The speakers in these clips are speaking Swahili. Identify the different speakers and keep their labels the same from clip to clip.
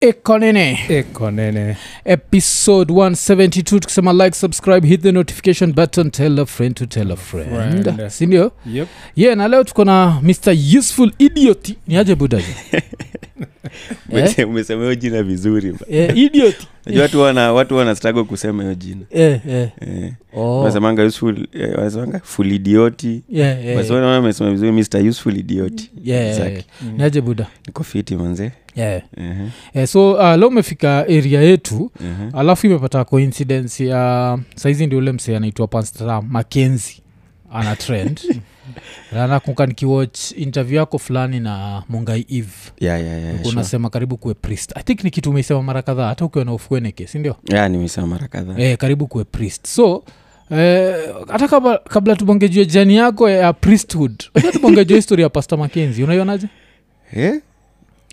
Speaker 1: ekonene
Speaker 2: ekonene
Speaker 1: episode 172 tukisema like subscribe hit the notification button tell a friend to tell a friend
Speaker 2: Friend.
Speaker 1: sindio
Speaker 2: yep.
Speaker 1: ye yeah, na leo tuko na mr useful idiot ni aje budaje eh?
Speaker 3: umesema hiyo jina vizuri ba.
Speaker 1: eh, idiot
Speaker 3: najua watu wana watu wana struggle kusema hiyo jina
Speaker 1: eh, eh.
Speaker 3: Eh,
Speaker 1: Oh. Eh.
Speaker 3: wanasemanga useful eh, wanasemanga fulidioti
Speaker 1: Yeah, yeah,
Speaker 3: basi
Speaker 1: yeah.
Speaker 3: wana amesema vizuri mr useful idioti
Speaker 1: Yeah, yeah,
Speaker 3: Zaki.
Speaker 1: yeah.
Speaker 2: Mm.
Speaker 1: Ni aje buda
Speaker 3: niko fiti manze
Speaker 1: yeah.
Speaker 3: Ehe,
Speaker 1: eh, so uh, leo umefika area yetu
Speaker 3: ehe.
Speaker 1: alafu imepata coincidence ya saizi ndi ule msee anaitwa pansta makenzi ana trend Na nakumbuka nikiwatch interview yako fulani na mungai eve
Speaker 3: Yeah, yeah, yeah, Eh, sure.
Speaker 1: unasema karibu kuwe priest i think ni kitu umeisema mara kadhaa hata ukiwa na ufueneke sindio
Speaker 3: Yeah, nimesema mara kadhaa
Speaker 1: eh, karibu kuwe priest so eh, hata kabla, kabla tubongejue jani yako ya priesthood acha tubongejue history ya pastor makenzi unaionaje
Speaker 3: Eh?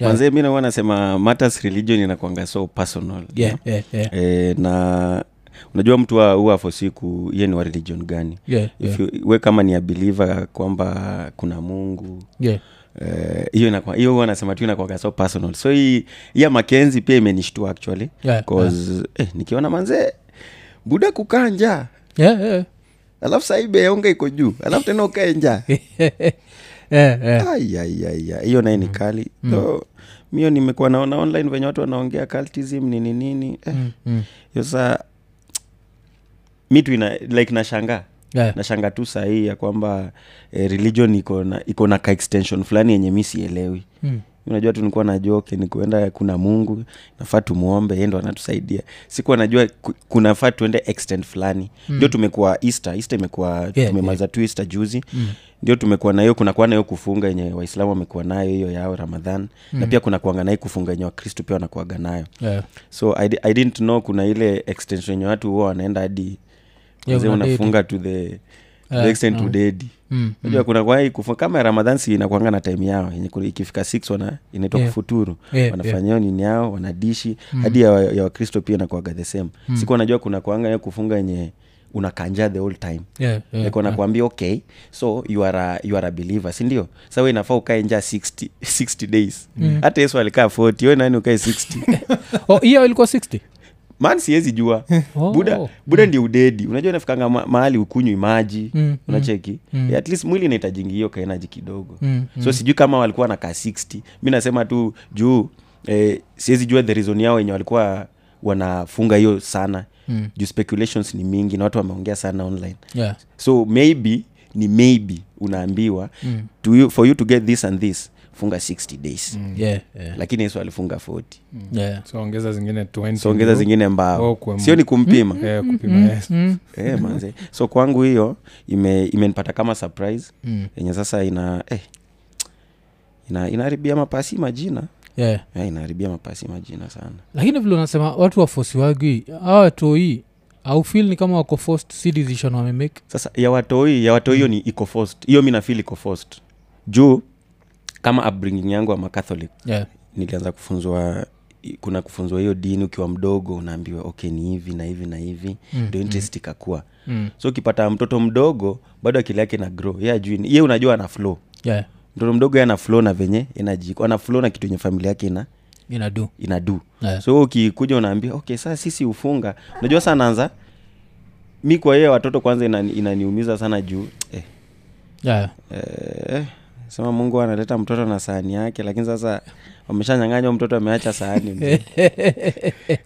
Speaker 3: manze mi nakuwa nasema matters religion inakwanga so personal
Speaker 1: yeah, yeah, yeah,
Speaker 3: Eh, na unajua mtu wa- huwa afosiku ye ni wa religion gani
Speaker 1: yeah,
Speaker 3: If
Speaker 1: yeah,
Speaker 3: you, we kama ni abelieve kwamba kuna mungu
Speaker 1: yeah.
Speaker 3: Eh, hiyo inakwa- hiyo huwa nasema tu inakuwaga so personal so hii hii ya makenzi pia imenishtua actually
Speaker 1: Yeah,
Speaker 3: 'Cause, eh, nikiona manzee buda kukaa njaa
Speaker 1: Yeah, yeah.
Speaker 3: alafu sahii bei ya unga iko juu alafu tena ukae njaa
Speaker 1: Eh, eh.
Speaker 3: Ai, ai, ai, ai. hiyo naye
Speaker 1: Mm.
Speaker 3: ni kali so mio nimekuwa naona online venye watu wanaongea cultism nini nini eh,
Speaker 1: Mm.
Speaker 3: hiyo saa mi tu ina- like nashangaa
Speaker 1: Yeah.
Speaker 3: nashanga tu sahii ya kwamba eh, religion iko na, iko na ka extension fulani yenye mi sielewi
Speaker 1: Mm.
Speaker 3: unajua tu nikuwa na joke ni kuenda kuna mungu nafaa tumuombe yeye ndo anatusaidia sikuwa najua ku- kunafaa tuende extent fulani mm. ndio tumekuwa easter easter imekuwa
Speaker 1: Hmm. Yeah, Hmm.
Speaker 3: yeah, tumemaza yeah. tu easter juzi mm. ndio tumekuwa nayo kunakuwa nayo kufunga yenye waislamu wamekuwa nayo hiyo yao ramadhan
Speaker 1: Hmm.
Speaker 3: mm. na pia kunakuanga nayo kufunga yenye wakristu pia wanakuaga nayo
Speaker 1: Yeah.
Speaker 3: so I, di- i didn't know kuna ile extension yenye watu huwa wanaenda hadi mzee
Speaker 1: una dedi.
Speaker 3: unafunga to the,
Speaker 1: Eh,
Speaker 3: the extent to dedi
Speaker 1: Mm.
Speaker 3: najua kuna kwa hii kufunga kama ya ramadhan si inakuanga na time yao yenye kuna- ikifika six wana inaitwa
Speaker 1: Yeah.
Speaker 3: kufuturu
Speaker 1: Yeah, Mm.
Speaker 3: wanafanya hiyo nini yao wanadishi hadi ya wa- ya wakristo pia inakuaga the same siku najua kuna kuanga hiyo kufunga yenye unakanja the whole time
Speaker 1: Yeah, yeah,
Speaker 3: like wanakuambia okay so you are a, you are a believer sindio sawa inafaa ukae nja 60, 60 days hata yesu alikaa 40 we nani ukae 60
Speaker 1: Oh, hiyo ilikuwa 60
Speaker 3: man siwezi jua
Speaker 1: Oh.
Speaker 3: buda buda ndio udedi unajua inafikanga ma- mahali ukunywi maji
Speaker 1: Mm,
Speaker 3: unacheki Eh, at least mwili inahitajingi hiyo kaenaji kidogo
Speaker 1: Mm,
Speaker 3: so sijui kama walikuwa na ka 60 mi nasema tu juu eh, siwezi jua the reason yao wenye walikuwa wanafunga hiyo sana
Speaker 1: Mm.
Speaker 3: juu speculations ni mingi na watu wameongea sana online
Speaker 1: yeah.
Speaker 3: so maybe ni maybe unaambiwa mm. to you, for you to get this and this funga 60 days mm.
Speaker 1: Yeah, yeah,
Speaker 3: lakini yesu alifunga 40
Speaker 1: yeah.
Speaker 2: so ongeza zingine 20
Speaker 3: so ongeza
Speaker 2: bro.
Speaker 3: zingine
Speaker 2: Oh,
Speaker 3: mbao
Speaker 2: kwa
Speaker 3: sio ni kumpima
Speaker 2: Eh, kupima yes.
Speaker 1: Mm,
Speaker 3: Eh, manze so kwangu hiyo ime- imenipata kama surprise
Speaker 1: mm.
Speaker 3: yenye sasa ina eh, ina inaharibia mapasi majina
Speaker 1: Yeah.
Speaker 3: eh, inaharibia mapasi majina sana
Speaker 1: lakini vile unasema watu wafosi wagi awatoi au fil ni kama wako forced si decision wamemake
Speaker 3: sasa ya watoi ya watoi hiyo ni iko forced hiyo mi nafil iko forced juu kama upbringing yangu ama catholic
Speaker 1: yeah.
Speaker 3: nilianza kufunzwa kuna kufunzwa hiyo dini ukiwa mdogo unaambiwa okay ni hivi na hivi na hivi ndio interest ikakua
Speaker 1: Mm.
Speaker 3: so ukipata mtoto mdogo bado akili yake na grow ye ajui ye unajua ana flow
Speaker 1: yeah.
Speaker 3: mtoto mdogo ye ana flow na venye inajiko ana flow na kitu yenye familia yake ina
Speaker 1: inadu
Speaker 3: inadu
Speaker 1: Yeah.
Speaker 3: so ukikuja unaambia okay saa sisi ufunga unajua saa naanza mi kwa hiyo watoto kwanza inani- inaniumiza sana juu eh,
Speaker 1: yeah.
Speaker 3: Eh, sema mungu analeta mtoto na sahani yake lakini sasa wameshanyanganywa mtoto ameacha sahani mzee.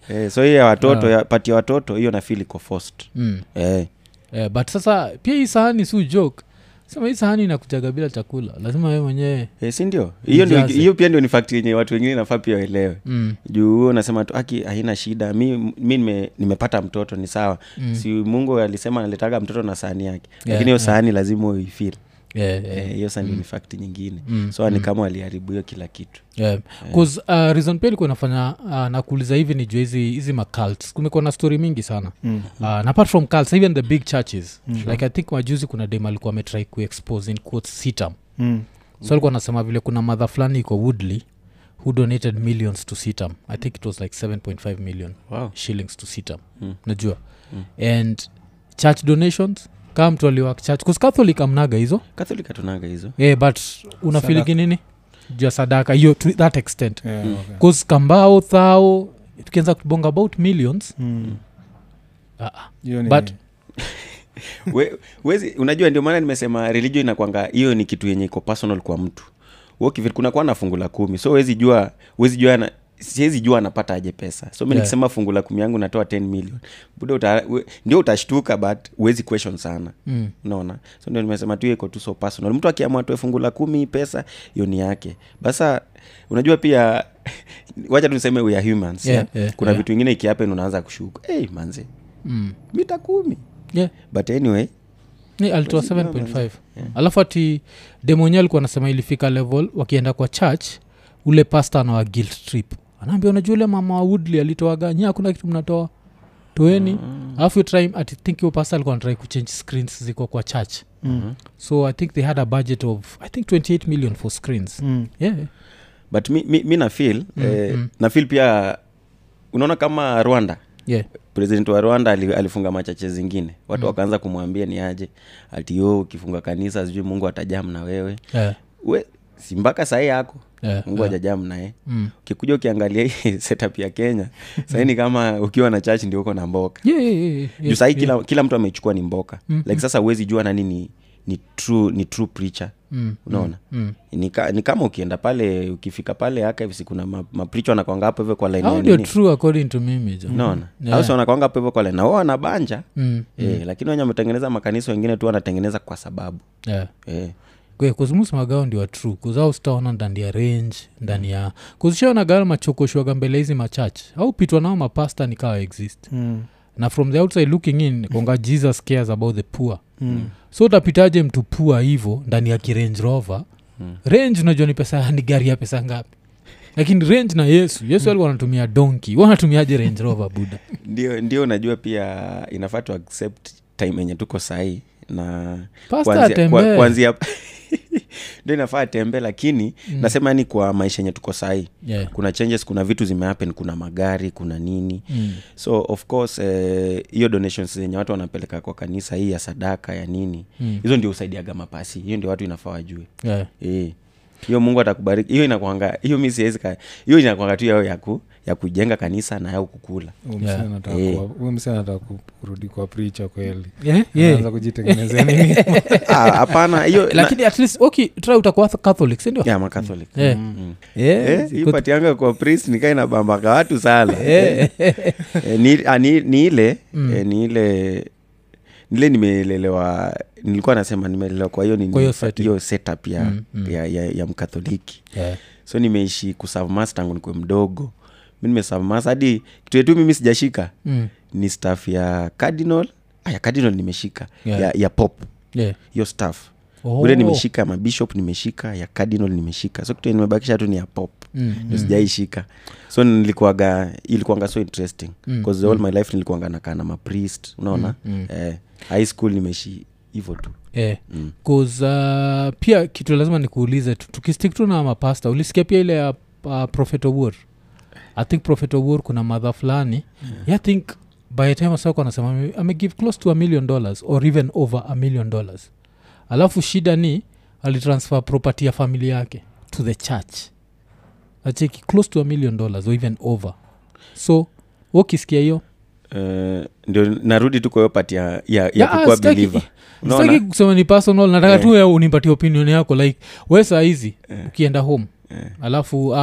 Speaker 3: eh, so hiyo ya watoto ya, pati ya watoto hiyo nafili iko forced
Speaker 1: mm.
Speaker 3: eh,
Speaker 1: yeah, but sasa pia hii sahani si joke sema hii sahani inakujaga bila chakula lazima we mwenyewe
Speaker 3: eh, si ndio hiyo ndio-
Speaker 1: Ujaze.
Speaker 3: hiyo pia ndio ni fakti yenye watu wengine nafaa pia waelewe
Speaker 1: mm.
Speaker 3: juu huo unasema tu aki haina shida mi, mi nime, nimepata mtoto ni sawa mm. si mungu alisema analetaga mtoto na sahani yake
Speaker 1: Yeah,
Speaker 3: lakini hiyo sahani lazima uifili
Speaker 1: yeah, yeah. Mm.
Speaker 3: Eh, hiyo sahani ni fakti nyingine so ni kama waliharibu hiyo kila kitu
Speaker 1: Yeah. 'Cause, uh, reason pia ilikuwa inafanya uh, nakuuliza hivi ni juu hizi hizi macult kumekuwa na story mingi sana mm-hmm. uh, na apart from cults, even the big churches mm-hmm. like i think majuzi kuna dem alikuwa ametrai kuexpose in quotes sitam
Speaker 2: Mm.
Speaker 1: so alikuwa anasema vile kuna madha fulani iko woodley who donated millions to sitam i think it was like 7.5 million
Speaker 3: wow.
Speaker 1: shillings to sitam mm. najua mm. and church donations kaa mtu aliwak church 'Cause catholic amnaga hizo Eh,
Speaker 3: katholika tunaga hizo
Speaker 1: yeah, but unafiligi nini juu ya sadaka hiyo to that extent
Speaker 2: Yeah, Eh,
Speaker 3: Mm.
Speaker 2: okay.
Speaker 1: bcause kambao thao tukianza kubonga about millions
Speaker 2: Mm.
Speaker 1: Ah,
Speaker 2: Hiyo ni-
Speaker 1: But-
Speaker 3: We- wezi unajua ndio maana nimesema religio inakwanga hiyo ni kitu yenye iko personal kwa mtu Wewe kuna kuwa na fungu la kumi so wezi jua wezi jua na siwezi jua anapata aje pesa so mi
Speaker 1: Yeah.
Speaker 3: nikisema fungu la kumi yangu natoa 10 million buda uta, we, ndio utashtuka but huwezi question sana
Speaker 1: mm.
Speaker 3: unaona so ndio nimesema tu hiyo iko tu so personal mtu akiamua toe fungu la kumi pesa hiyo ni yake basa unajua pia wacha tuseme we are humans
Speaker 1: Yeah, yeah,
Speaker 3: kuna
Speaker 1: yeah.
Speaker 3: vitu ingine ikiapen unaanza kushuka hey, manze
Speaker 1: Mm.
Speaker 3: mita kumi
Speaker 1: Yeah.
Speaker 3: but anyway
Speaker 1: Ni alitoa
Speaker 3: Basi ndio
Speaker 1: 7.5 alafu ati demonye alikuwa anasema ilifika level wakienda kwa church ule pasta anawa guilt trip anaambia unajua ule mama wa woodley alitoaga nya kuna kitu mnatoa toeni alafu time ati think hiyo pasta alikuwa anatrai kuchange screens ziko kwa church
Speaker 2: Mm.
Speaker 1: so i think they had a budget of i think 28 million for screens
Speaker 2: Mm.
Speaker 1: yeah
Speaker 3: but mi, mi, mi nafil mm, eh,
Speaker 1: mm.
Speaker 3: mm. nafil pia unaona kama rwanda
Speaker 1: yeah
Speaker 3: president wa rwanda ali- alifunga machache zingine watu mm. wakaanza kumwambia ni aje ati yo ukifunga kanisa sijui mungu atajam na wewe
Speaker 1: yeah
Speaker 3: we si mpaka sahii yako
Speaker 1: yeah,
Speaker 3: mungu
Speaker 1: yeah.
Speaker 3: ajajam naye
Speaker 1: Mm.
Speaker 3: ukikuja ukiangalia hii setup ya kenya sahii ni kama ukiwa na church ndio uko na mboka
Speaker 1: Yeah, yeah, yeah, yeah,
Speaker 3: juu sahii kila, kila mtu ameichukua ni mboka
Speaker 1: Mm,
Speaker 3: like sasa huwezi jua nani ni, ni true, ni true preacher
Speaker 1: Mm,
Speaker 3: unaona
Speaker 1: mm.
Speaker 3: ni, ka, ni kama ukienda pale ukifika pale akavsi kuna ma- mapricho wanakwanga hapo hivyo kwa
Speaker 1: Hao ndio
Speaker 3: laini
Speaker 1: true according to mimi jo
Speaker 3: naona
Speaker 1: Yeah.
Speaker 3: au si wanakwanga hapo hivyo kwa laini nao wanabanja
Speaker 1: mm.
Speaker 3: Eh, lakini wenye wametengeneza makanisa wengine tu wanatengeneza kwa sababu
Speaker 1: yeah
Speaker 3: eh.
Speaker 1: kuzmusmagao ndio watru kuzao sitaona ndani ya range ndani ya kuzishaona gari machokoshwaga mbele hizi machach au pitwa nao mapasta nikawa exist
Speaker 2: Mm.
Speaker 1: na from the outside looking in konga jesus cares about the poor
Speaker 2: Mm.
Speaker 1: so utapitaje mtu pua hivo ndani ya kirange rover
Speaker 3: Mm.
Speaker 1: range unajua ni pesa ni gari ya pesa ngapi lakini range na yesu yesu alikuwa anatumia donki wanatumiaje range rover buda
Speaker 3: ndio ndio unajua pia inafaa tu accept time yenye tuko sahii na
Speaker 1: pasta
Speaker 3: kuanzia- kwa-
Speaker 1: atembee
Speaker 3: kuanzia ndio inafaa atembee lakini
Speaker 1: Mm.
Speaker 3: nasema ni kwa maisha yenye tuko sahii
Speaker 1: yeah.
Speaker 3: kuna changes kuna vitu zimehappen kuna magari kuna nini
Speaker 1: mm.
Speaker 3: so of course eh, hiyo donations zenye watu wanapeleka kwa kanisa hii ya sadaka ya nini
Speaker 1: Mm.
Speaker 3: hizo ndio husaidiaga mapasi hiyo ndio watu inafaa wajue
Speaker 1: yeah.
Speaker 3: Eh. hiyo mungu atakubariki hiyo inakwanga hiyo mi siwezi ka- hiyo inakwanga tu yao ya, ku, ya kujenga kanisa na yao kukula
Speaker 2: Huyu msee
Speaker 1: Yeah.
Speaker 2: anataka
Speaker 3: Eh.
Speaker 2: kuwa- huyu msee anataka ku- kurudi kwa pricha kweli
Speaker 1: Yeah, yeah.
Speaker 2: anaanza kujitengenezea nini
Speaker 3: Ah, hapana hiyo na-
Speaker 1: lakini at least okay, try utakuwa catholic sindio
Speaker 3: ya makatholic
Speaker 1: Yeah. Hmm.
Speaker 3: Mm.
Speaker 1: Yeah,
Speaker 3: Eh, hii
Speaker 1: good.
Speaker 3: pati yanga kwa priest nikaa inabambaka watu sana Eh, ni, ah, ni, ni ile
Speaker 1: Mm.
Speaker 3: eh, ni ile nile nimelelewa nilikuwa nasema nimelelewa kwa hiyo nini-
Speaker 1: Kwa hiyo setting.
Speaker 3: hiyo setup ya,
Speaker 1: Mm, mm.
Speaker 3: ya, ya, ya mkatholiki
Speaker 1: Yeah.
Speaker 3: so nimeishi kusavmas tangu nikuwe mdogo mi nimesavmas hadi kitu yetu mimi sijashika
Speaker 1: Mm.
Speaker 3: ni staff ya cardinal ah, ya cardinal nimeshika
Speaker 1: Yeah.
Speaker 3: ya, ya pop
Speaker 1: Yeah.
Speaker 3: hiyo staff
Speaker 1: Oh.
Speaker 3: bure nimeshika ya mabishop nimeshika ya cardinal nimeshika so kitu yenye nimebakisha tu ni ya pop
Speaker 1: Mm.
Speaker 3: ndio sijaishika so nilikuaga ilikuanga so interesting
Speaker 1: Mm,
Speaker 3: bcause all my life nilikuanga nakaa na mapriest unaona
Speaker 1: Mm, mm.
Speaker 3: eh, high school nimeishi hivyo tu
Speaker 1: Yeah.
Speaker 3: mm.
Speaker 1: 'Cause, uh, pia kitu lazima nikuulize tu- tukistik tu na mapasta ulisikia pia ile ya uh, prophet owuor i think prophet owuor kuna madha fulani yeah. i think by the time asako anasema ame- amegive close to a million dollars or even over a million dollars alafu shida ni alitransfer property ya familia yake to the church acheki close to a million dollars or even over so wakisikia hiyo
Speaker 3: Eh, ndio narudi tu kwa hiyo pati ya, ya, ya
Speaker 1: Yeah, ah,
Speaker 3: kukua
Speaker 1: sitaki-
Speaker 3: believer
Speaker 1: sitaki
Speaker 3: unaona
Speaker 1: kusema ni personal nataka
Speaker 3: Eh.
Speaker 1: tu wewe unipatie opinion yako like we saa hizi
Speaker 3: Eh.
Speaker 1: ukienda home
Speaker 3: Eh.
Speaker 1: alafu uh,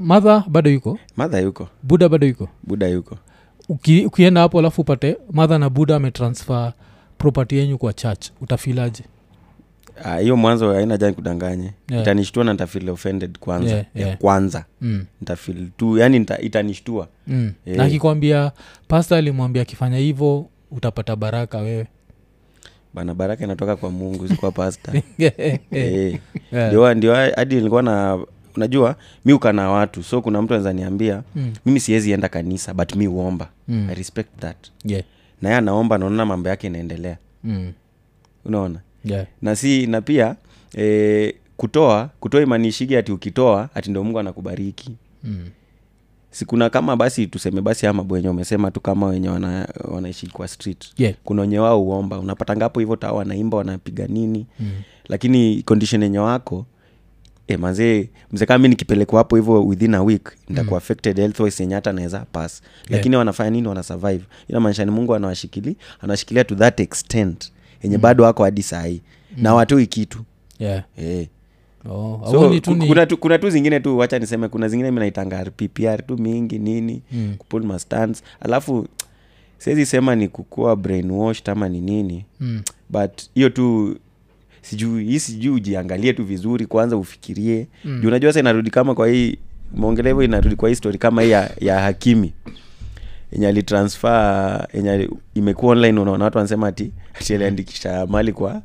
Speaker 1: madha bado yuko
Speaker 3: madha yuko
Speaker 1: buda bado yuko
Speaker 3: buda yuko
Speaker 1: Uki, ukienda hapo alafu upate madha na buda ametransfer property yenyu kwa church utafilaje
Speaker 3: Ah, hiyo mwanzo haina jani kudanganye
Speaker 1: Yeah.
Speaker 3: itanishtua na nitafeel offended kwanza
Speaker 1: Yeah,
Speaker 3: ya
Speaker 1: yeah.
Speaker 3: kwanza
Speaker 1: mm.
Speaker 3: nitafeel tu yani nita, itanishtua
Speaker 1: Mm.
Speaker 3: Eh.
Speaker 1: na akikwambia pasta alimwambia akifanya hivyo utapata baraka wewe
Speaker 3: bana baraka inatoka kwa mungu si kwa pasta
Speaker 1: yeah.
Speaker 3: Eh. ndio ndio hadi nilikuwa na unajua mi ukana watu so kuna mtu anaweza niambia
Speaker 1: Mm.
Speaker 3: mimi siwezi enda kanisa but mi uomba
Speaker 1: Mm.
Speaker 3: i respect that
Speaker 1: Yeah.
Speaker 3: na yeye anaomba naona mambo yake inaendelea
Speaker 1: Mm.
Speaker 3: unaona
Speaker 1: Yeah.
Speaker 3: na si na pia e, kutoa kutoa imanishigi ati ukitoa ati ndio mungu anakubariki
Speaker 1: Mm.
Speaker 3: sikuna kama basi tuseme basi ama wenye umesema tu kama wenye wana, wanaishi kwa street
Speaker 1: Yeah.
Speaker 3: kuna wenye wao uomba unapata ngapo hivyo taa wanaimba wanapiga nini
Speaker 1: Mm.
Speaker 3: lakini condition yenye wako e, mazee mzee kama mi nikipelekwa hapo hivyo within a week nitakuwa mm. affected healthwise yenye hata anaweza pass lakini wanafanya nini wana survive inamaanisha ni mungu anawashikilia anawashikilia to that extent yenye bado wako hadi sahii mm. na watoi kitu
Speaker 1: yeah.
Speaker 3: e.
Speaker 1: oh,
Speaker 3: so,
Speaker 1: hawaoni tu
Speaker 3: ku-
Speaker 1: ni-
Speaker 3: kuna, tu, kuna tu zingine tu wacha niseme kuna zingine minaitanga ppr tu mingi nini
Speaker 1: Hmm.
Speaker 3: mm. kupul mastans alafu siwezi sema ni kukua brainwashed ama ni nini
Speaker 1: Mm.
Speaker 3: but hiyo tu sijui hii sijui ujiangalie tu vizuri kwanza ufikirie
Speaker 1: Hmm.
Speaker 3: mm. juu unajua sa inarudi kama kwa hii maongele hivyo inarudi kwa hii story kama hii ya, ya hakimi yenye alitransfer yenye ali- imekuwa online unaona watu wanasema ati ati aliandikisha mali kwa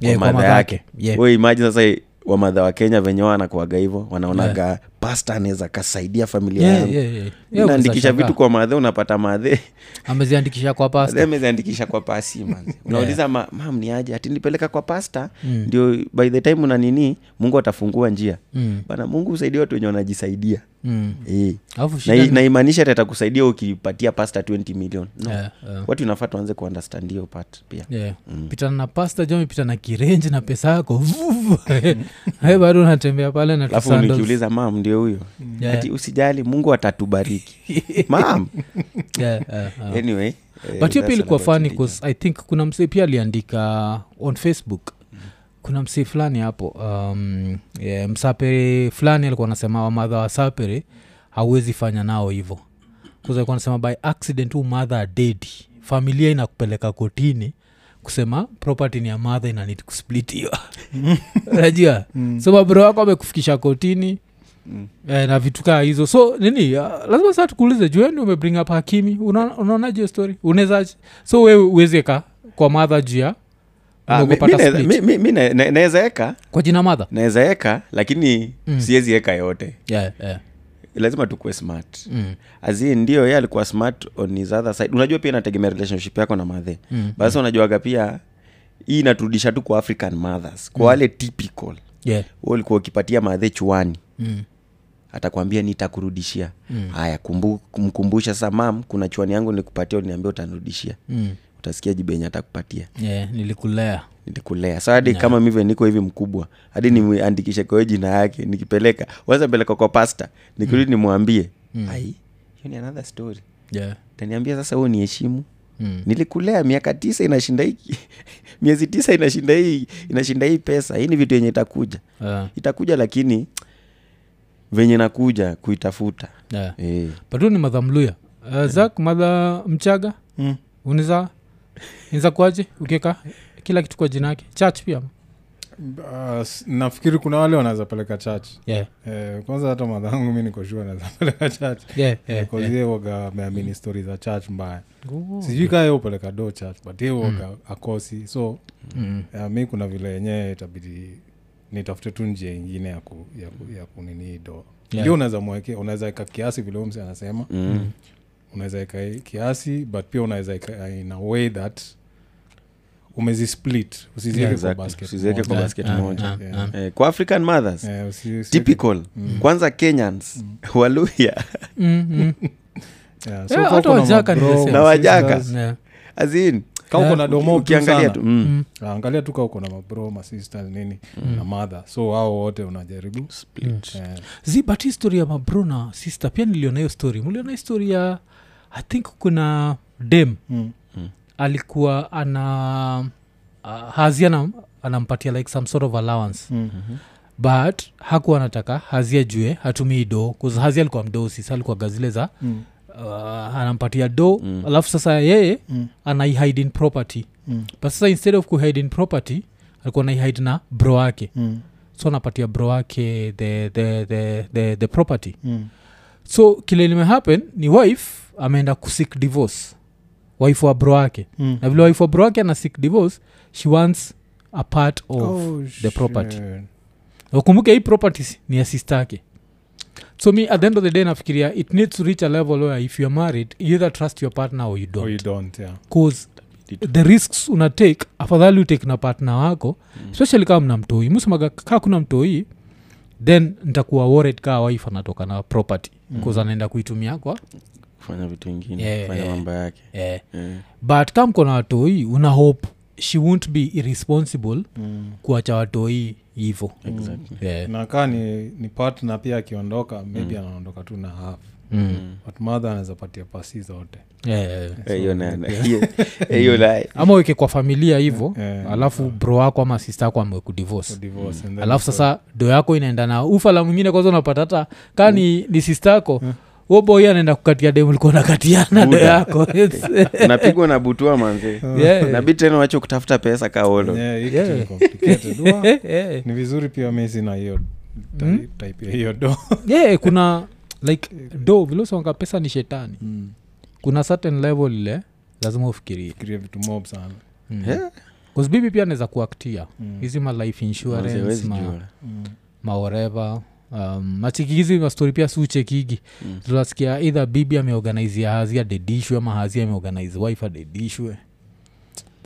Speaker 1: Yeah, kwa
Speaker 3: wamadha
Speaker 1: mother
Speaker 3: yake
Speaker 1: yake. Yeah.
Speaker 3: We imagine sasa wamadha wa kenya venye wao wanakuaga hivo wanaonaga yeah. pasta anaweza kasaidia familia
Speaker 1: Yeah,
Speaker 3: yangu
Speaker 1: yeah, yeah. Yeah,
Speaker 3: naandikisha
Speaker 1: unaweza
Speaker 3: vitu
Speaker 1: shangaa.
Speaker 3: kwa madhe unapata madhe
Speaker 1: ameziandikisha kwa pasta
Speaker 3: ameziandikisha kwa pasi man. unauliza ma, mam ni aje ati nipeleka kwa pasta mm. ndio by the time una nini mungu atafungua njia
Speaker 1: Mm.
Speaker 3: bana mungu husaidia watu wenye wanajisaidia
Speaker 1: Mm.
Speaker 3: Eh.
Speaker 1: Alafu
Speaker 3: Na-
Speaker 1: shida ni-
Speaker 3: naimaanisha ati atakusaidia ukipatia pasta 20 million no. Mm.
Speaker 1: Yeah, yeah.
Speaker 3: watu inafaa tuanze kuundestand hiyo part pia
Speaker 1: Yeah. pitana na pasta jo pitana na kirenji na pesa yako Vuvu. Eh, bado unatembea pale na
Speaker 3: alafu
Speaker 1: tusandals.
Speaker 3: nikiuliza mam ndio huyo
Speaker 1: Yeah.
Speaker 3: ati usijali mungu atatubariki mam
Speaker 1: Yeah, yeah, yeah.
Speaker 3: anyway eh,
Speaker 1: Ah. but hiyo
Speaker 3: that's
Speaker 1: pia ilikuwa
Speaker 3: all about
Speaker 1: fani
Speaker 3: religion.
Speaker 1: bcause i think kuna msee pia aliandika on facebook
Speaker 3: Mm.
Speaker 1: kuna msee fulani hapo um, yeah, msapere fulani alikuwa anasema wamadha wa sapere hauwezi fanya nao hivo alikuwa anasema by accident huu madha adedi familia inakupeleka kotini kusema property ni ya madha inanid kusplitiwa najua
Speaker 3: Mm.
Speaker 1: so mabro wako amekufikisha kotini eh, na vitu kaa hizo so nini uh, lazima saa tukuulize jueni umebring up hakimi Una- unaonaje hiyo story unaweza so we uwezeka kwa madha juu ya
Speaker 3: Ah, mi-
Speaker 1: unaogopa
Speaker 3: mi
Speaker 1: ata
Speaker 3: naeza-
Speaker 1: split.
Speaker 3: mi- mi- mi na- na- naeza eka
Speaker 1: kwa jina madha
Speaker 3: naeza eka lakini
Speaker 1: Mm.
Speaker 3: siwezi eka yote
Speaker 1: yeah, yeah.
Speaker 3: lazima tukuwe smart
Speaker 1: Mm.
Speaker 3: azii ndio ye alikuwa smart on his other side unajua pia inategemea relationship yako na madhe
Speaker 1: Mm.
Speaker 3: basi unajuaga pia hii inaturudisha tu kwa african mothers
Speaker 1: Mm.
Speaker 3: kwa wale typical
Speaker 1: Yeah.
Speaker 3: Wewe ulikuwa ukipatia madhe chuani
Speaker 1: Mm.
Speaker 3: atakwambia nitakurudishia haya kumbu, mkumbusha sasa mam kuna chuani yangu nikupatia uliniambia utanirudishia
Speaker 1: Mm.
Speaker 3: utasikia jibenye atakupatia
Speaker 1: Yeah, nilikulea
Speaker 3: nilikulea so hadi kama mivyo niko hivi mkubwa hadi niandikishe kwa hiyo jina yake nikipeleka waza peleka kwa pasta nikirudi nimwambie ai hiyo ni another story
Speaker 1: yeah.
Speaker 3: taniambia sasa huo ni heshimu
Speaker 1: mm.
Speaker 3: nilikulea miaka tisa inashinda hii miezi tisa inashinda hii inashinda hii pesa hii ni vitu yenye itakuja
Speaker 1: uh,
Speaker 3: itakuja lakini venye nakuja kuitafuta
Speaker 1: yeah.
Speaker 3: e.
Speaker 1: patu ni madha mluya uh, zak madha mchaga
Speaker 2: Mm.
Speaker 1: uniza niza kuaje ukieka kila kitu kwa jina yake church pia
Speaker 2: Ah, s- nafikiri kuna wale wanaweza peleka church
Speaker 1: yeah.
Speaker 2: eh, kwanza hata madhangu mi nikoshua naweza peleka church
Speaker 1: Yeah, yeah,
Speaker 2: Eh, 'cause yeye waga ameamini stori za church mbaya
Speaker 1: Oh.
Speaker 2: sijui kaa ye upeleka do church but ye waga akosi so
Speaker 1: Mm.
Speaker 2: eh, mi kuna vile yenyewe itabidi nitafute tu njia ingine ya, ku, ya, ku, ya kunini do
Speaker 1: Yeah.
Speaker 2: ndio unaweza mwekea unaweza eka kiasi vile msi anasema
Speaker 3: mm.
Speaker 2: unaweza eka kiasi but pia unaweza eka eh, in a way that umezisplit usizieke
Speaker 3: Yeah,
Speaker 2: yeah,
Speaker 3: exactly.
Speaker 2: kwa basket
Speaker 3: Usizieke kwa
Speaker 2: moja.
Speaker 3: basket
Speaker 1: Ah,
Speaker 3: moja.
Speaker 1: ah,
Speaker 2: Yeah.
Speaker 1: ah.
Speaker 3: Eh, kwa african mothers
Speaker 2: Eh, usi- usieke-
Speaker 3: typical kwanza kenyans waluya
Speaker 1: Mm, mm.
Speaker 2: Yeah,
Speaker 1: Yeah,
Speaker 2: kama
Speaker 1: hata
Speaker 2: kuna
Speaker 1: Wajaka ni the
Speaker 2: mabro,
Speaker 1: same. Eh,
Speaker 3: Na Wajaka.
Speaker 2: sisters,
Speaker 1: Yeah.
Speaker 3: azin
Speaker 2: kama uko
Speaker 1: Yeah.
Speaker 2: na domo tu
Speaker 3: ukiangalia
Speaker 2: sana.
Speaker 3: tu mm.
Speaker 1: Mm.
Speaker 2: Ah, angalia tu kaa uko na mabro masiste nini na madha so hao wote unajaribu Eh,
Speaker 1: zi but hii story ya mabro na sister pia niliona hiyo story mliona hii story ya i think kuna dem
Speaker 2: mm,
Speaker 1: alikuwa ana uh, hazia na, anampatia like some sort of allowance
Speaker 2: mm.
Speaker 1: but hakuwa anataka hazia jue hatumii do bcause hazia alikuwa mdosi sa alikuwa gazile za
Speaker 2: Mm.
Speaker 1: uh, anampatia do mm. alafu sasa yeye
Speaker 2: Mm.
Speaker 1: mm. anaihide in property
Speaker 2: Mm.
Speaker 1: but sasa instead of kuhide in property alikuwa anaihide na bro wake
Speaker 2: Mm.
Speaker 1: so anapatia bro wake the, the, the, the, the property
Speaker 2: Mm.
Speaker 1: so kile limehappen ni wife ameenda kusik divorce wife wa bro wake
Speaker 2: Mm.
Speaker 1: na vile wife wa bro wake ana sik divorce she wants a part of
Speaker 2: Oh,
Speaker 1: the property
Speaker 2: shit.
Speaker 1: ukumbuke hii properties ni ya sister yake so me at the end of the day nafikiria it needs to reach a level where if youare married you either trust your partner or you
Speaker 2: Oh, you
Speaker 1: don't
Speaker 2: don't, yeah.
Speaker 1: bcause the risks una take afadhali utake na partner wako mm. especially kama mna mtoi msemaga kaa kuna mtoi then ntakuwa worried kaa wife anatoka na property
Speaker 2: Mm.
Speaker 1: bcause anaenda kuitumia kwa
Speaker 3: kufanya vitu ingine
Speaker 1: Yeah,
Speaker 3: kufanya
Speaker 1: yeah.
Speaker 3: mambo yake
Speaker 1: eh.
Speaker 3: Eh.
Speaker 1: but kamko na watoi una hope she won't be irresponsible mm. kuacha watoi hivo exactly.
Speaker 3: Eh.
Speaker 1: yeah.
Speaker 2: nakaa ni, ni partner pia akiondoka maybe anaondoka tu na half mm. but mother anaweza patia pasi zote
Speaker 1: Yeah, yeah, yeah.
Speaker 3: Eh, hiyo na- hiyo- eh, hiyo na-
Speaker 1: ama weke kwa familia hivo
Speaker 2: Yeah.
Speaker 1: alafu bro wako ama sista yako amekudivorce
Speaker 3: Mm.
Speaker 2: divorce and then
Speaker 1: alafu sasa do yako inaenda na ufala mwingine kwanza unapata hata kaa
Speaker 2: Mm.
Speaker 1: ni, ni sista yako woboi anaenda kukatia demu likuwa nakatiana do
Speaker 3: Buda.
Speaker 1: yako
Speaker 3: unapigwa na butua manzi
Speaker 1: Yeah.
Speaker 3: nabii tena wache kutafuta pesa kaolo
Speaker 2: Yeah, hii
Speaker 1: Yeah.
Speaker 2: kitu ni complicated. Huwa,
Speaker 1: yeah.
Speaker 2: ni vizuri pia mi sina hiyo ty-
Speaker 3: Mm.
Speaker 2: type ya hiyo do
Speaker 1: yeah, kuna like do vilosonga pesa ni shetani
Speaker 3: Mm.
Speaker 1: kuna certain level ile lazima ufikirie
Speaker 2: fikiria vitu mob sana
Speaker 3: Yeah.
Speaker 1: Mm. bibi pia anaweza kuaktia
Speaker 2: Mm.
Speaker 1: hizi ma life
Speaker 3: Manze,
Speaker 1: insurance
Speaker 3: huwezi
Speaker 1: ma,
Speaker 3: jua.
Speaker 2: Mm.
Speaker 1: maoreva um, machiki hizi mastori pia suchekigi
Speaker 3: Mm.
Speaker 1: tunasikia either bibi ameorganizia hazi adedishwe ama hazi ameorganize wife adedishwe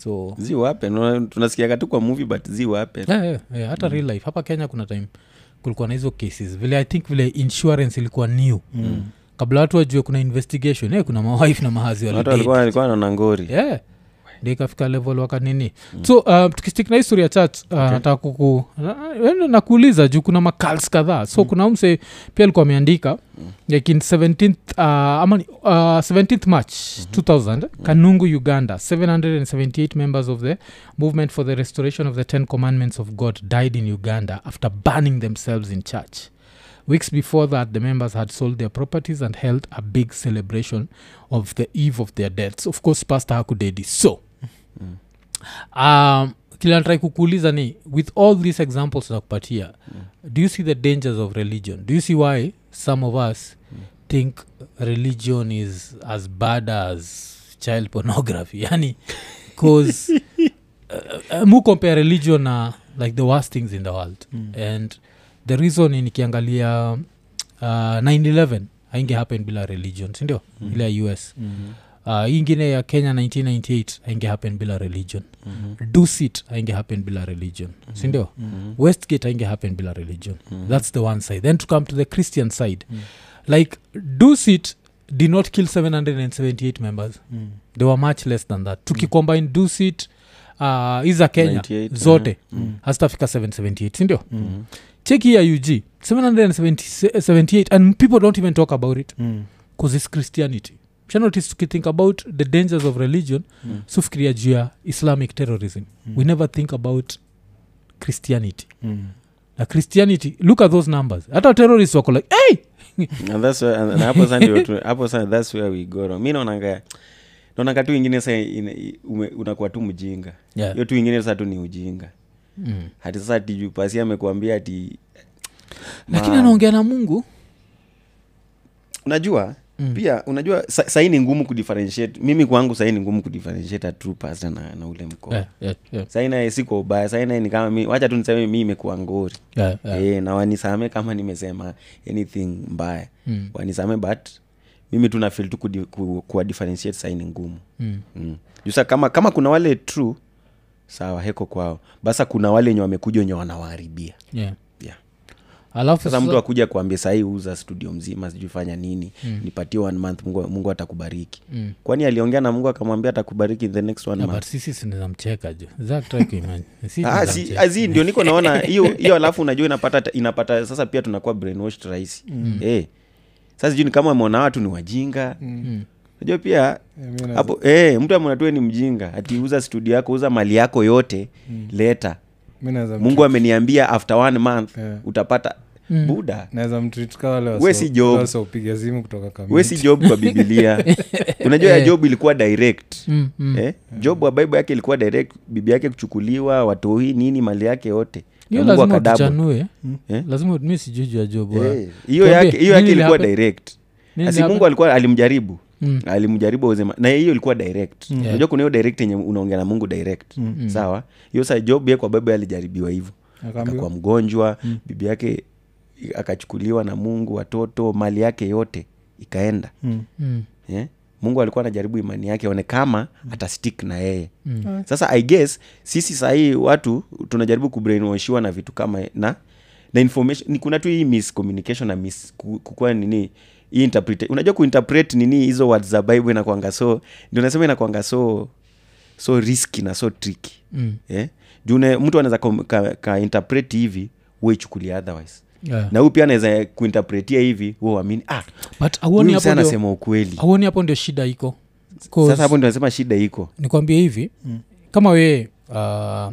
Speaker 1: so
Speaker 3: Zi wape no, tunasikiaga tu kwa movie but zi wape
Speaker 1: yeah, yeah, yeah, eh, hata real life hapa kenya kuna time kulikuwa na hizo cases vile i think vile insurance ilikuwa new
Speaker 2: Mm.
Speaker 1: kabla watu wajue kuna investigation eh, kuna mawife na mahazi
Speaker 3: watu
Speaker 1: walidate.
Speaker 3: walikuwa walikuwa naona ngori
Speaker 1: yeah Ndio ikafika level wakanini mm. so uh, tukistik na history ya church uh, okay. nataka kuku na- nakuuliza juu kuna makals kadhaa so mm. kuna umse pia alikuwa ameandika mm. yakin 17th, uh, ama ni- uh, 17th march mm-hmm. 2000 kanungu uganda 778 members of the movement for the restoration of the ten commandments of god died in uganda after burning themselves in church Weeks before that, the members had sold their properties and held a big celebration of the eve of their deaths. Of course, Pastor Hakudedi. So, um, kila natrai kukuuliza ni with all these examples nakupatia do you see the dangers of religion do you see why some of us think religion is as bad as child pornography yani cause uh, uh, mu compare religion na like the worst things in the world
Speaker 3: Mm.
Speaker 2: Eh.
Speaker 1: and the reason ni nikiangalia uh, 911 ainge happen bila religion sindio ile ya us
Speaker 3: Mm.
Speaker 1: uh, hii ingine ya kenya 1998 ainge happen bila religion
Speaker 3: Mhm.
Speaker 1: mm-hmm. dusit ainge happen bila religion mm-hmm. sindio
Speaker 3: Mm.
Speaker 1: mm-hmm. westgate ainge happen bila religion
Speaker 3: Mhm.
Speaker 1: mm-hmm. that's the one side then to come to the christian
Speaker 2: Mm.
Speaker 3: Mm.
Speaker 1: side mm-hmm. like dusit did not kill 778 members
Speaker 2: Mm.
Speaker 1: they were much less than that tukicombine mm-hmm. dusit uh, iza kenya
Speaker 3: 98,
Speaker 1: zote
Speaker 3: Mhm.
Speaker 1: mm-hmm. hazitafika 778 sindio
Speaker 3: Mm.
Speaker 2: Mm.
Speaker 1: mm-hmm. cheki ya ug 778 and people don't even talk about it
Speaker 2: Mm.
Speaker 1: because it's christianity shanotis tukithink about the dangers of religion mm. sufikiria juu ya islamic terrorism mm. we never think about christianity
Speaker 2: Mm.
Speaker 1: na christianity look at those numbers hata terrorist wako like "Eh!" hey!
Speaker 3: Mhm. And that's where- and- and hapo sana ndio tu- hapo sana thats where we go wrong. mi naonanga naonanga tu ingine sa ina- ume- unakuwa tu mjinga hiyo
Speaker 1: Yeah.
Speaker 3: tu ingine sasa tu ni ujinga
Speaker 1: mm.
Speaker 3: hati sasa tijupasia amekuambia ati
Speaker 1: lakini
Speaker 3: Man.
Speaker 1: anaongea na mungu
Speaker 3: unajua mm. pia unajua sa, sahii ni ngumu kudifferentiate mimi kwangu sahii ni ngumu kudifferentiate a true pastor na, na ule mkoa
Speaker 1: yeah, yeah, yeah,
Speaker 3: sahii naye si kwa ubaya sahii naye ni kama mi, wacha tu niseme mi imekuwa ngori
Speaker 1: yeah, yeah.
Speaker 3: yeah. na wanisame kama nimesema anything mbaya
Speaker 1: Mm.
Speaker 3: wanisame but mimi tu nafil tu kudi- ku- kuwa differentiate sahii ni ngumu
Speaker 1: Mm.
Speaker 3: mm. jusa kama kama kuna wale true sawa heko kwao basa kuna wale wenye wamekuja wenye wanawaharibia
Speaker 1: Yeah.
Speaker 3: yeah
Speaker 1: alafu
Speaker 3: sasa mtu akuja kuambia sahii uza studio mzima sijui fanya nini mm. nipatie one month mungu, mungu atakubariki
Speaker 1: Mm.
Speaker 3: kwani aliongea na mungu akamwambia atakubariki the next one
Speaker 1: Yeah,
Speaker 3: month
Speaker 1: but sisi sinamcheka ju zatrakuimani
Speaker 3: Ah, si- ah, zi ndio niko naona hiyo hiyo alafu unajua inapata inapata sasa pia tunakuwa brainwashed rahisi mm. hey. sasa sijui ni kama ameona watu ni wajinga mm. najua pia
Speaker 2: Yeah, mi Eh, na-
Speaker 3: hapo hey, mtu amonatue ni mjinga atiuza studio yako uza mali yako yote mm. leta
Speaker 2: mi naweza mtreat-
Speaker 3: mungu ameniambia after one month
Speaker 2: Yeah.
Speaker 3: utapata mm. buda
Speaker 2: naweza mtreat ka wale
Speaker 3: We si Job.
Speaker 2: wasaupiga simu kutoka
Speaker 3: we
Speaker 2: kambi
Speaker 3: si job kwa bibilia unajua ya job ilikuwa direct
Speaker 1: Mm, Eh. mm.
Speaker 3: eh? job wa bible yake ilikuwa direct bibi yake kuchukuliwa watoi nini mali yake yote Na
Speaker 1: hiyo
Speaker 3: Mungu
Speaker 1: lazima
Speaker 3: akadabu.
Speaker 1: tuchanue
Speaker 3: Eh?
Speaker 1: lazima mi sijuju ya job wa-
Speaker 3: Eh, hiyo
Speaker 1: Tuambie,
Speaker 3: yake hiyo
Speaker 1: nini
Speaker 3: yake ilikuwa
Speaker 1: happen-
Speaker 3: direct
Speaker 1: nini
Speaker 3: asi mungu
Speaker 1: happen-
Speaker 3: alikuwa alimjaribu
Speaker 1: Mm.
Speaker 3: alimjaribu uzima na hiyo ilikuwa direct unajua
Speaker 1: Yeah.
Speaker 3: kuna hiyo direct yenye unaongea na mungu direct
Speaker 1: Mm.
Speaker 3: sawa hiyo sa job ye kwa bible alijaribiwa hivyo akakuwa mgonjwa
Speaker 1: Mm.
Speaker 3: bibi yake akachukuliwa na mungu watoto mali yake yote ikaenda
Speaker 1: Mm.
Speaker 3: yeah? Eh? mungu alikuwa anajaribu imani yake aone kama atastick na yeye mm. sasa i guess sisi sahii watu tunajaribu kubrainwashiwa na vitu kama na na information ni kuna tu hii miscommunication na mis, ku- kukuwa nini hii interprete unajua kuinterpret nini hizo words za bible inakwanga so ndio nasema inakwanga so so riski na so triki
Speaker 1: Mm.
Speaker 3: yeah? juu une- mtu anaweza kainterpreti ka, ka interpret hivi uichukulia otherwise
Speaker 1: Yeah.
Speaker 3: na huyu pia anaweza kuinterpretia hivi uamini ah,
Speaker 1: but
Speaker 3: huyu
Speaker 1: auoni
Speaker 3: msee
Speaker 1: hapo ndio-
Speaker 3: anasema ukweli
Speaker 1: auoni hapo ndio shida iko 'Cause-
Speaker 3: sasa hapo Hmm. ndio anasema shida iko
Speaker 1: nikwambie hivi mm. kama wee uh,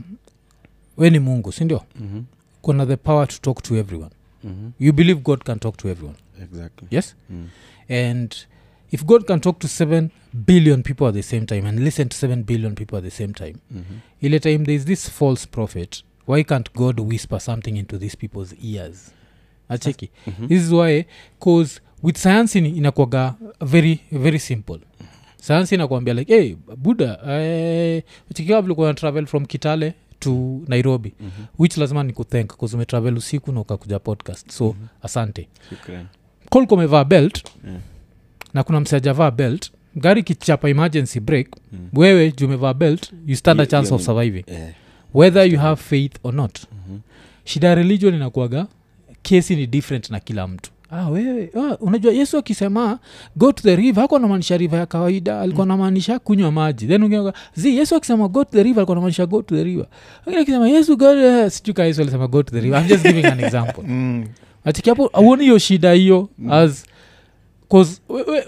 Speaker 1: we ni mungu sindio
Speaker 3: mm-hmm.
Speaker 1: kuna the power to talk to everyone
Speaker 3: Mm-hmm.
Speaker 1: you believe god can talk to everyone
Speaker 3: Exactly.
Speaker 1: yes
Speaker 3: Mm.
Speaker 1: and if god can talk to seven billion people at the same time and listen to seven billion people at the same time
Speaker 3: Mm-hmm.
Speaker 1: ile time there is this false prophet why can't god whisper something into these people's ears acheki
Speaker 3: Mhm.
Speaker 1: this is why cause with science in- inakwaga very very simple science inakwambia like hey buda eh, chikiwa vile kuna travel from kitale to nairobi
Speaker 3: Mhm.
Speaker 1: which lazima nikuthank bcause umetravel usiku na ukakuja podcast so
Speaker 3: Mhm.
Speaker 1: asante
Speaker 3: Shukrani.
Speaker 1: kolko umevaa belt
Speaker 3: Yeah.
Speaker 1: na kuna msajavaa belt gari kichapa emergency break
Speaker 3: Mm.
Speaker 1: wewe juu umevaa belt you stand a
Speaker 3: Hiyo-
Speaker 1: chance
Speaker 3: hiyo
Speaker 1: of
Speaker 3: ni-
Speaker 1: surviving
Speaker 3: Eh,
Speaker 1: whether you have faith or not
Speaker 3: mhm.
Speaker 1: shida ya religion inakuaga kesi ni different na kila mtu ah, wewe ah, unajua yesu akisema go to the river hakuwa namaanisha river ya kawaida alikuwa
Speaker 3: Mm.
Speaker 1: namaanisha kunywa maji then ungea zi yesu akisema go to the river alikuwa namaanisha go to the river Wengine akisema yesu go uh, sijuka yesu alisema go to the river I'm just giving an example
Speaker 2: mm.
Speaker 1: achiki hapo auoni hiyo shida hiyo as cause we- we-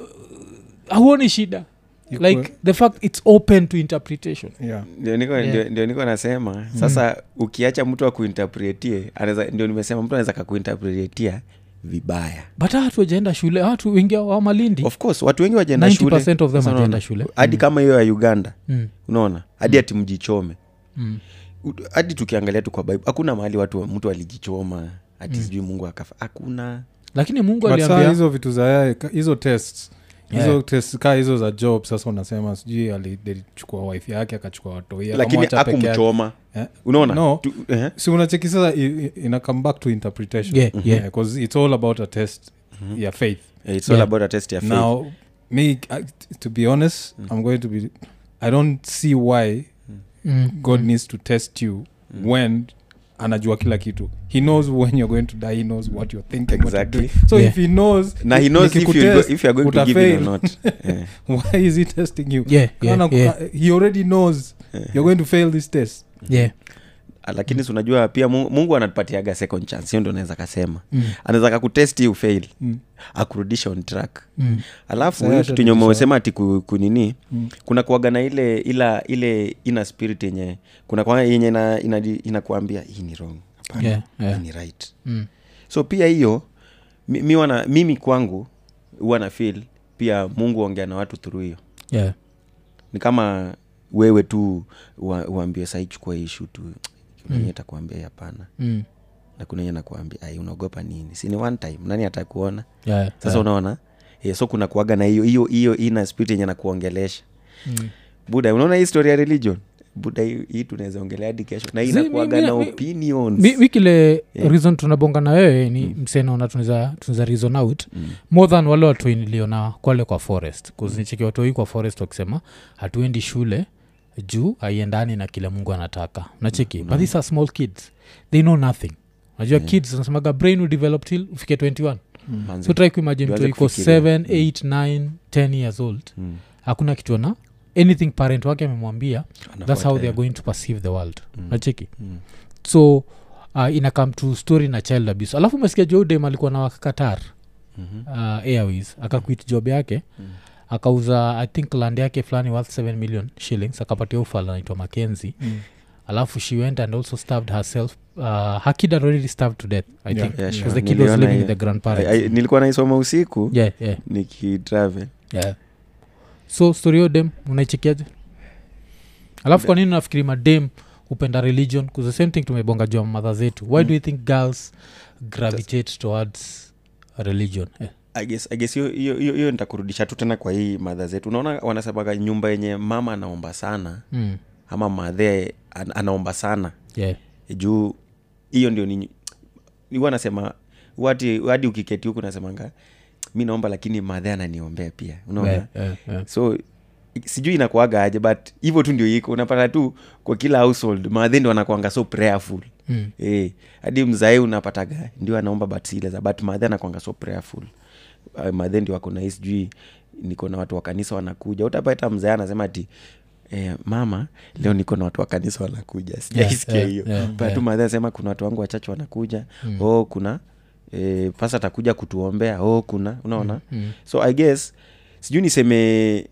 Speaker 1: auoni shida
Speaker 2: Iko-
Speaker 1: like the fact it's open to interpretation
Speaker 2: yeah.
Speaker 3: Ndio niko-
Speaker 1: Yeah. Hmm.
Speaker 3: ndio- ndio niko nasema sasa ukiacha mtu akuinterpretie anaweza- ndio nimesema mtu anaweza kakuinterpretia vibaya
Speaker 1: but hawa watu wajaenda shule hawa watu wengi wa malindi
Speaker 3: of course watu wengi wajaenda
Speaker 1: 90
Speaker 3: shule
Speaker 1: of them
Speaker 3: Sasa
Speaker 1: wajaenda
Speaker 3: unaona,
Speaker 1: shule Hmm.
Speaker 3: hadi kama hiyo ya uganda
Speaker 1: mm.
Speaker 3: unaona hadi ati mjichome
Speaker 1: Mm.
Speaker 3: U- hadi tukiangalia tu kwa bible hakuna mahali watu mtu alijichoma ati
Speaker 1: Hmm.
Speaker 3: sijui mungu akafa hakuna
Speaker 1: lakini mungu
Speaker 2: But saa
Speaker 1: aliambia
Speaker 2: hizo vitu za yeye, ka- hizo tests hizo
Speaker 1: Yeah.
Speaker 2: test kaa hizo za job sasa unasema sijui ali- alichukua wife yake akachukua watoi
Speaker 3: lakini
Speaker 2: akamwacha peke yake.
Speaker 3: akumchoma
Speaker 2: Eh?
Speaker 3: unaona
Speaker 2: No.
Speaker 3: Tu- eh?
Speaker 2: si unacheki sasa i- i- ina come back to interpretation
Speaker 1: Yeah, yeah.
Speaker 2: because it's all about a test ya faith
Speaker 3: eh, It's all
Speaker 1: Yeah.
Speaker 3: about a test Mm-hmm. ya faith. Mm.
Speaker 2: now me I- to be honest i'm going to be i don't see why
Speaker 1: Mm.
Speaker 2: god needs to test you
Speaker 3: Mm. Hmm.
Speaker 2: when anajua kila kitu he knows when you're going to die he knows what you're thinking what you're
Speaker 3: Exactly.
Speaker 2: doing. so
Speaker 1: Yeah.
Speaker 2: if he knows
Speaker 3: na he knows if you,
Speaker 2: nikikutest,
Speaker 3: if you are going to give in or
Speaker 2: utafail.
Speaker 3: not Eh.
Speaker 2: why is he testing you
Speaker 1: Yeah, yeah,
Speaker 2: Kana-
Speaker 1: yeah,
Speaker 2: uh, he already knows you're going to fail this test
Speaker 1: yeah.
Speaker 3: eh. Ah, lakini si unajua pia Mu- mungu anapatiaga second chance hiyo ndo anaweza kasema
Speaker 1: Mm.
Speaker 3: anaweza kakutesti ufail
Speaker 2: Mm.
Speaker 3: akurudisha on track
Speaker 1: Mm.
Speaker 3: alafu
Speaker 2: Sasa
Speaker 3: hiyo
Speaker 2: acha
Speaker 3: kitu nyuma
Speaker 2: turudisha.
Speaker 3: umesema ati ku- kunini
Speaker 2: Mm.
Speaker 3: kuna kuaga na ile ila ile ina spirit yenye kuna kuaga yenye ina- inadi- inakuambia hii ni wrong Hapana,
Speaker 1: Yeah, yeah.
Speaker 3: hii ni right
Speaker 1: Mm.
Speaker 3: so pia hiyo mi, mi wana, mimi kwangu huwa na feel pia mungu ongea na watu through hiyo
Speaker 1: Yeah.
Speaker 3: ni kama wewe tu wa- uambiwe sahii chukua hii shu tu kunanye takuambia hapana
Speaker 1: Mm.
Speaker 3: na kunanye nakuambia ai unaogopa nini si ni one time nani atakuona
Speaker 1: Yeah,
Speaker 3: sasa
Speaker 1: yeah.
Speaker 3: unaona yeah, so kuna kuaga na hiyo hiyo hiyo ina spirit yenye nakuongelesha
Speaker 1: Mm.
Speaker 3: buda unaona hii story ya religion buda hii hii tunaweza ongelea hadi kesho na hii
Speaker 1: Si,
Speaker 3: inakuaga
Speaker 1: mi-
Speaker 3: na
Speaker 1: mi-
Speaker 3: opinions
Speaker 1: Mi- wikile
Speaker 3: Yeah.
Speaker 1: reason tunabonga na wewe ni mm. msenaona tunaweza tunaweza reason out
Speaker 3: Mm.
Speaker 1: more than wale watoi niliona kwale kwa forest kuznicheki watoi kwa forest wakisema hatuendi shule juu haiendani na kile mungu anataka nacheki mm. but these are small kids they know nothing najua yeah. kids nasemaga brain will develop till ufike 21
Speaker 3: Manze.
Speaker 1: so try kuimagine mtu
Speaker 3: Tuanze
Speaker 1: iko
Speaker 3: kufikiria.
Speaker 1: 7 8 9 10 years old
Speaker 3: Mm.
Speaker 1: hakuna kitu ana anything parent wake amemwambia that's how
Speaker 3: Anafuata
Speaker 1: they are
Speaker 3: hiyo.
Speaker 1: going to perceive the world
Speaker 3: Mm.
Speaker 1: nacheki
Speaker 3: Mm.
Speaker 1: so uh, ina come to story na child abuse alafu umesikia jodem alikuwa na wakakatar
Speaker 3: Mhm.
Speaker 1: uh, airways akakwit job yake
Speaker 3: Mm.
Speaker 1: akauza i think land yake fulani worth 7 million shillings akapatia ufala anaitwa makenzi
Speaker 2: Mm.
Speaker 1: alafu she went and also starved herself uh, her kid had already starved to death i
Speaker 2: Yeah,
Speaker 1: think
Speaker 3: Yeah, sure.
Speaker 1: because the kid was
Speaker 3: Niliona
Speaker 1: living
Speaker 3: hiyo.
Speaker 1: with the grandparents
Speaker 3: I- I- nilikuwa naisoma usiku
Speaker 1: yeah, yeah,
Speaker 3: nikitravel
Speaker 1: yeah. so story hiyo dem unaichekiaje alafu kwa nini unafikiri madem upenda religion 'Cause the same thing tumebonga jua madha zetu why
Speaker 3: Mm.
Speaker 1: do you think girls gravitate towards religion eh.
Speaker 3: I guess- I guess hiyo- hiyo hiyo- hiyo nitakurudisha tu tena kwa hii madha zetu unaona wanasemaga nyumba yenye mama anaomba sana
Speaker 1: mm.
Speaker 3: ama madhe an, anaomba sana
Speaker 1: yeah.
Speaker 3: Eh, juu hiyo ndio ni huwa nasema wati hadi ukiketi huku nasemanga mi naomba lakini madhe ananiombea pia unaona
Speaker 1: Yeah, yeah, yeah.
Speaker 3: so i- sijui inakuaga aje but hivyo tu ndio iko unapata tu kwa kila household madhe ndio anakuanga so prayerful
Speaker 1: Mm.
Speaker 3: Eh, hadi mzae unapataga ndio anaomba but si ile za but madhe anakwanga so prayerful Eh, uh, madhe ndio wako na hii sijui niko na watu wa kanisa wanakuja utapata mzae anasema ati eh, mama leo niko na watu wa kanisa wanakuja sijaisikia
Speaker 1: yeah,
Speaker 3: hiyo
Speaker 1: yeah,
Speaker 3: but
Speaker 1: yeah.
Speaker 3: tu madhe asema kuna watu wangu wachache wanakuja mm. oh kuna eh, pasa atakuja kutuombea oh kuna unaona mm. so i guess sijui niseme